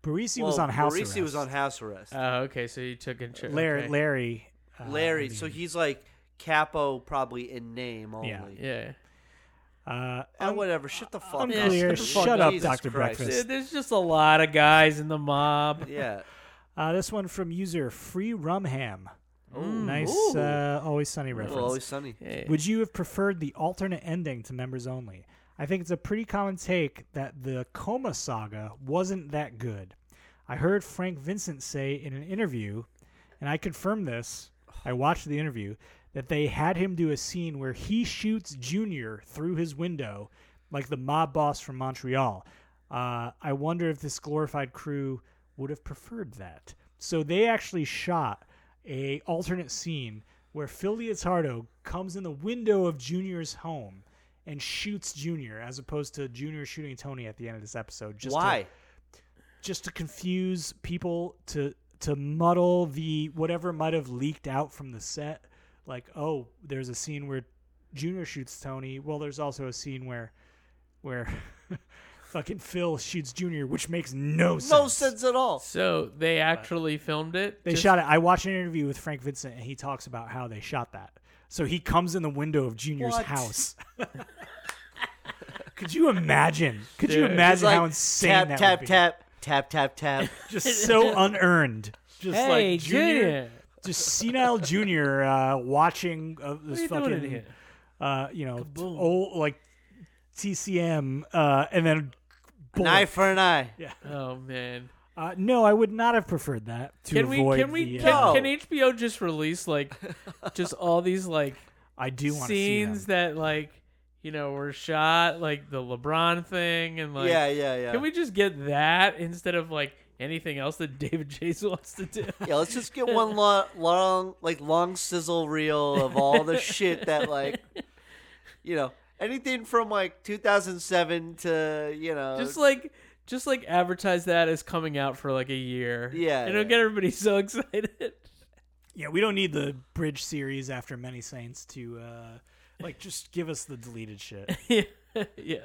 Barisi well, was on house Maurice arrest. was on house arrest. Oh, okay. So you took in charge. Larry. okay. Larry. uh, Larry. I so mean, he's like Capo, probably in name only. Yeah. Yeah. Uh, Oh, whatever. Shut the fuck unclear. up. Yeah, shut the fuck Shut up, Jesus Doctor Christ. Breakfast. Dude, there's just a lot of guys in the mob. Yeah. Uh, this one from user Free Rumham. Nice. Ooh. Uh, always sunny reference. Well, always sunny. Hey. Would you have preferred the alternate ending to members only? I think it's a pretty common take that the Coma saga wasn't that good. I heard Frank Vincent say in an interview, and I confirmed this. I watched the interview that they had him do a scene where he shoots Junior through his window, like the mob boss from Montreal. Uh, I wonder if this glorified crew would have preferred that. So they actually shot a alternate scene where Phil Leotardo comes in the window of Junior's home and shoots Junior, as opposed to Junior shooting Tony at the end of this episode. Just to- Why? just to confuse people to to muddle the whatever might have leaked out from the set like oh there's a scene where junior shoots tony well there's also a scene where where fucking phil shoots junior which makes no sense No sense at all. So they actually filmed it. they Just- shot it i watched an interview with frank vincent and he talks about how they shot that so he comes in the window of junior's What? house could you imagine could you Dude. imagine It's like how insane tap, that tap, would be? tap, tap, tap, tap. just so unearned just Hey, like junior Junior. just senile junior uh, watching uh, What are this you doing in fucking here? uh, you know Kaboom. old like TCM uh, and then an bullet. eye for an eye. Oh man. Uh, no, I would not have preferred that to Can we? avoid Can we? the, can, uh, No. can HBO just release like, just all these like I do want to see scenes them. that like you know were shot like the LeBron thing and like yeah, yeah, yeah. can we just get that instead of like anything else that David Chase wants to do? Yeah, let's just get one lo- long, like long sizzle reel of all the shit that, like, you know, anything from like 2007 to you know, just like just like advertise that as coming out for like a year. Yeah, It'll yeah. get everybody so excited. Yeah, we don't need the bridge series after Many Saints to uh, like just give us the deleted shit. yeah. Yeah.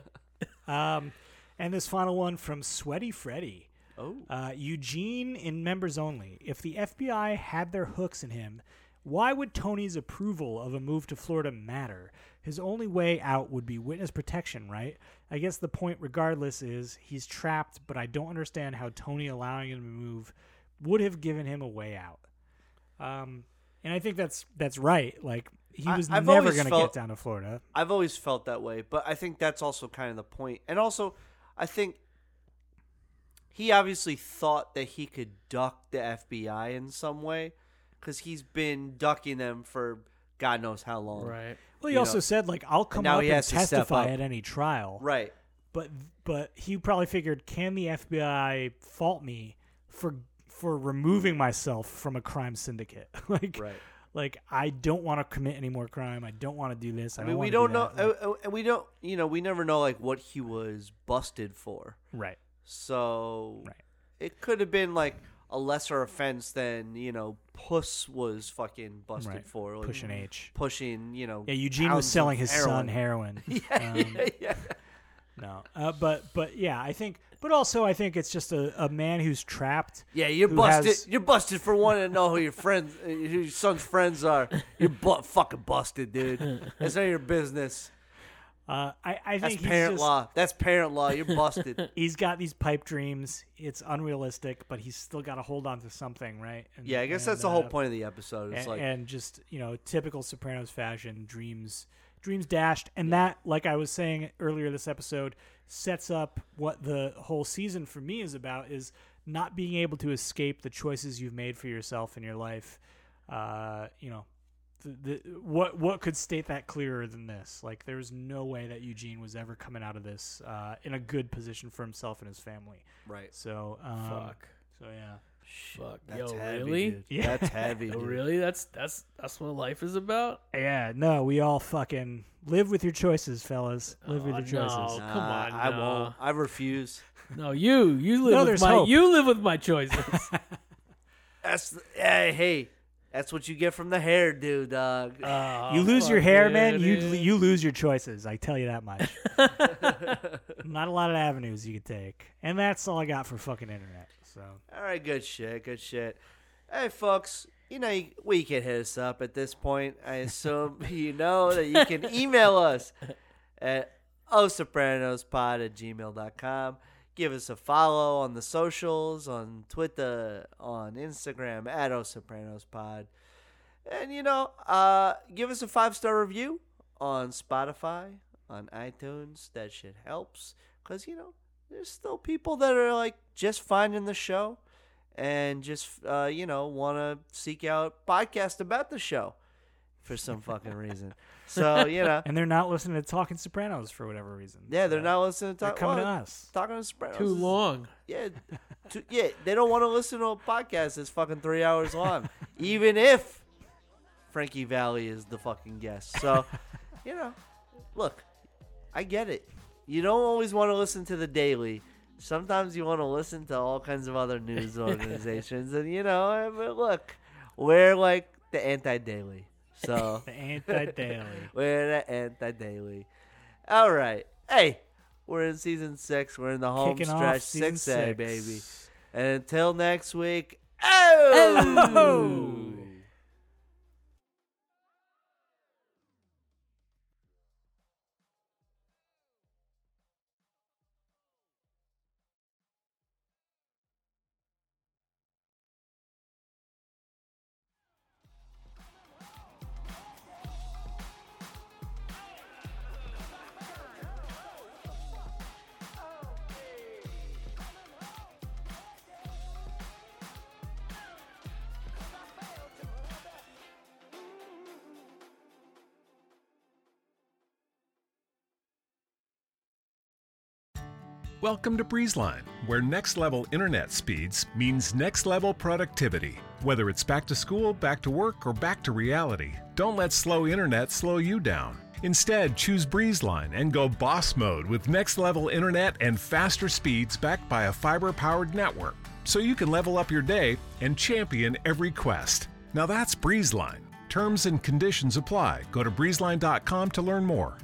Um, and this final one from Sweaty Freddy. Oh. Uh, Eugene in members only. If the FBI had their hooks in him, why would Tony's approval of a move to Florida matter? His only way out would be witness protection, right? I guess the point, regardless, is he's trapped, but I don't understand how Tony allowing him to move would have given him a way out. Um, and I think that's that's right. Like he I- was I've never always going to felt- get down to Florida. I've always felt that way, but I think that's also kind of the point. And also, I think he obviously thought that he could duck the FBI in some way because he's been ducking them for God knows how long. Right. Well, he you also know. said like I'll come now up he and has to step testify up. at any trial. Right. But but he probably figured can the FBI fault me for for removing myself from a crime syndicate? like Right. like I don't want to commit any more crime. I don't want to do this. I, I mean, we wanna don't do know, that. uh Like, uh, and we don't, you know, we never know like what he was busted for. right. So Right. it could have been like a lesser offense than you know Puss was fucking busted Right. for like, Push an H. pushing you know. Yeah, Eugene pounds was of selling his son heroin. heroin. Um, Yeah, yeah, yeah. No, uh, but but yeah, I think. But also, I think it's just a, a man who's trapped. Yeah, you're who busted. has- You're busted for wanting to know who your friends, uh, who your son's friends are. You're bu- fucking busted, dude. That's none of your business. uh, I, I That's think he's parent just- law. That's parent law. You're busted. He's got these pipe dreams. It's unrealistic, but he's still got to hold on to something, right? And, yeah, I guess and, that's the whole uh, point of the episode. It's And, like and just you know, typical Sopranos fashion, dreams, dreams dashed, and that, like I was saying earlier, this episode sets up what the whole season for me is about: is not being able to escape the choices you've made for yourself in your life. Uh, you know, the, the, what what could state that clearer than this? Like, there was no way that Eugene was ever coming out of this uh, in a good position for himself and his family. right. So, um, Fuck. So yeah, Fuck. That's Yo, heavy, really? dude. Yeah. That's heavy. Yo, dude. really? That's that's that's what life is about. yeah. No, we all fucking live with your choices, fellas. Live Oh, with your choices. no. come on, I nah. won't. I refuse. No, you you live No, with there's my hope. you live with my choices. That's hey, hey, that's what you get from the hair, dude. Dog. Oh, You lose your fuck hair, yeah, man. You dude. you lose your choices. I tell you that much. Not a lot of avenues you could take, and that's all I got for fucking internet. So All right, good shit, good shit. Hey, folks, you know you, we can hit us up at this point. I assume you know that you can email us at osopranospod at gmail.com. Give us a follow on the socials, on Twitter, on Instagram, at osopranospod. And, you know, uh, give us a five-star review on Spotify, on iTunes. That shit helps. Because, you know, there's still people that are, like, just finding the show and just, uh, you know, want to seek out podcasts about the show for some fucking reason. So, you know. and they're not listening to Talking Sopranos for whatever reason. Yeah, they're So not listening to They're talk, coming well, to us. Talking to Sopranos. too is- long. Yeah, too, yeah. They don't want to listen to a podcast that's fucking three hours long, even if Frankie Valley is the fucking guest. So, you know, look, I get it. You don't always want to listen to the daily. Sometimes you want to listen to all kinds of other news organizations, and you know, I mean, look, we're like the anti-daily. So The Anti Daily. we're the anti daily. All right. Hey, we're in season six. We're in the home Kicking stretch off season six A, six. baby. And until next week. Oh! Welcome to BreezeLine, where next level internet speeds means next level productivity. Whether it's back to school, back to work, or back to reality, don't let slow internet slow you down. Instead, choose BreezeLine and go boss mode with next level internet and faster speeds backed by a fiber powered network so you can level up your day and champion every quest. Now that's BreezeLine. Terms and conditions apply. Go to breezeline.com to learn more.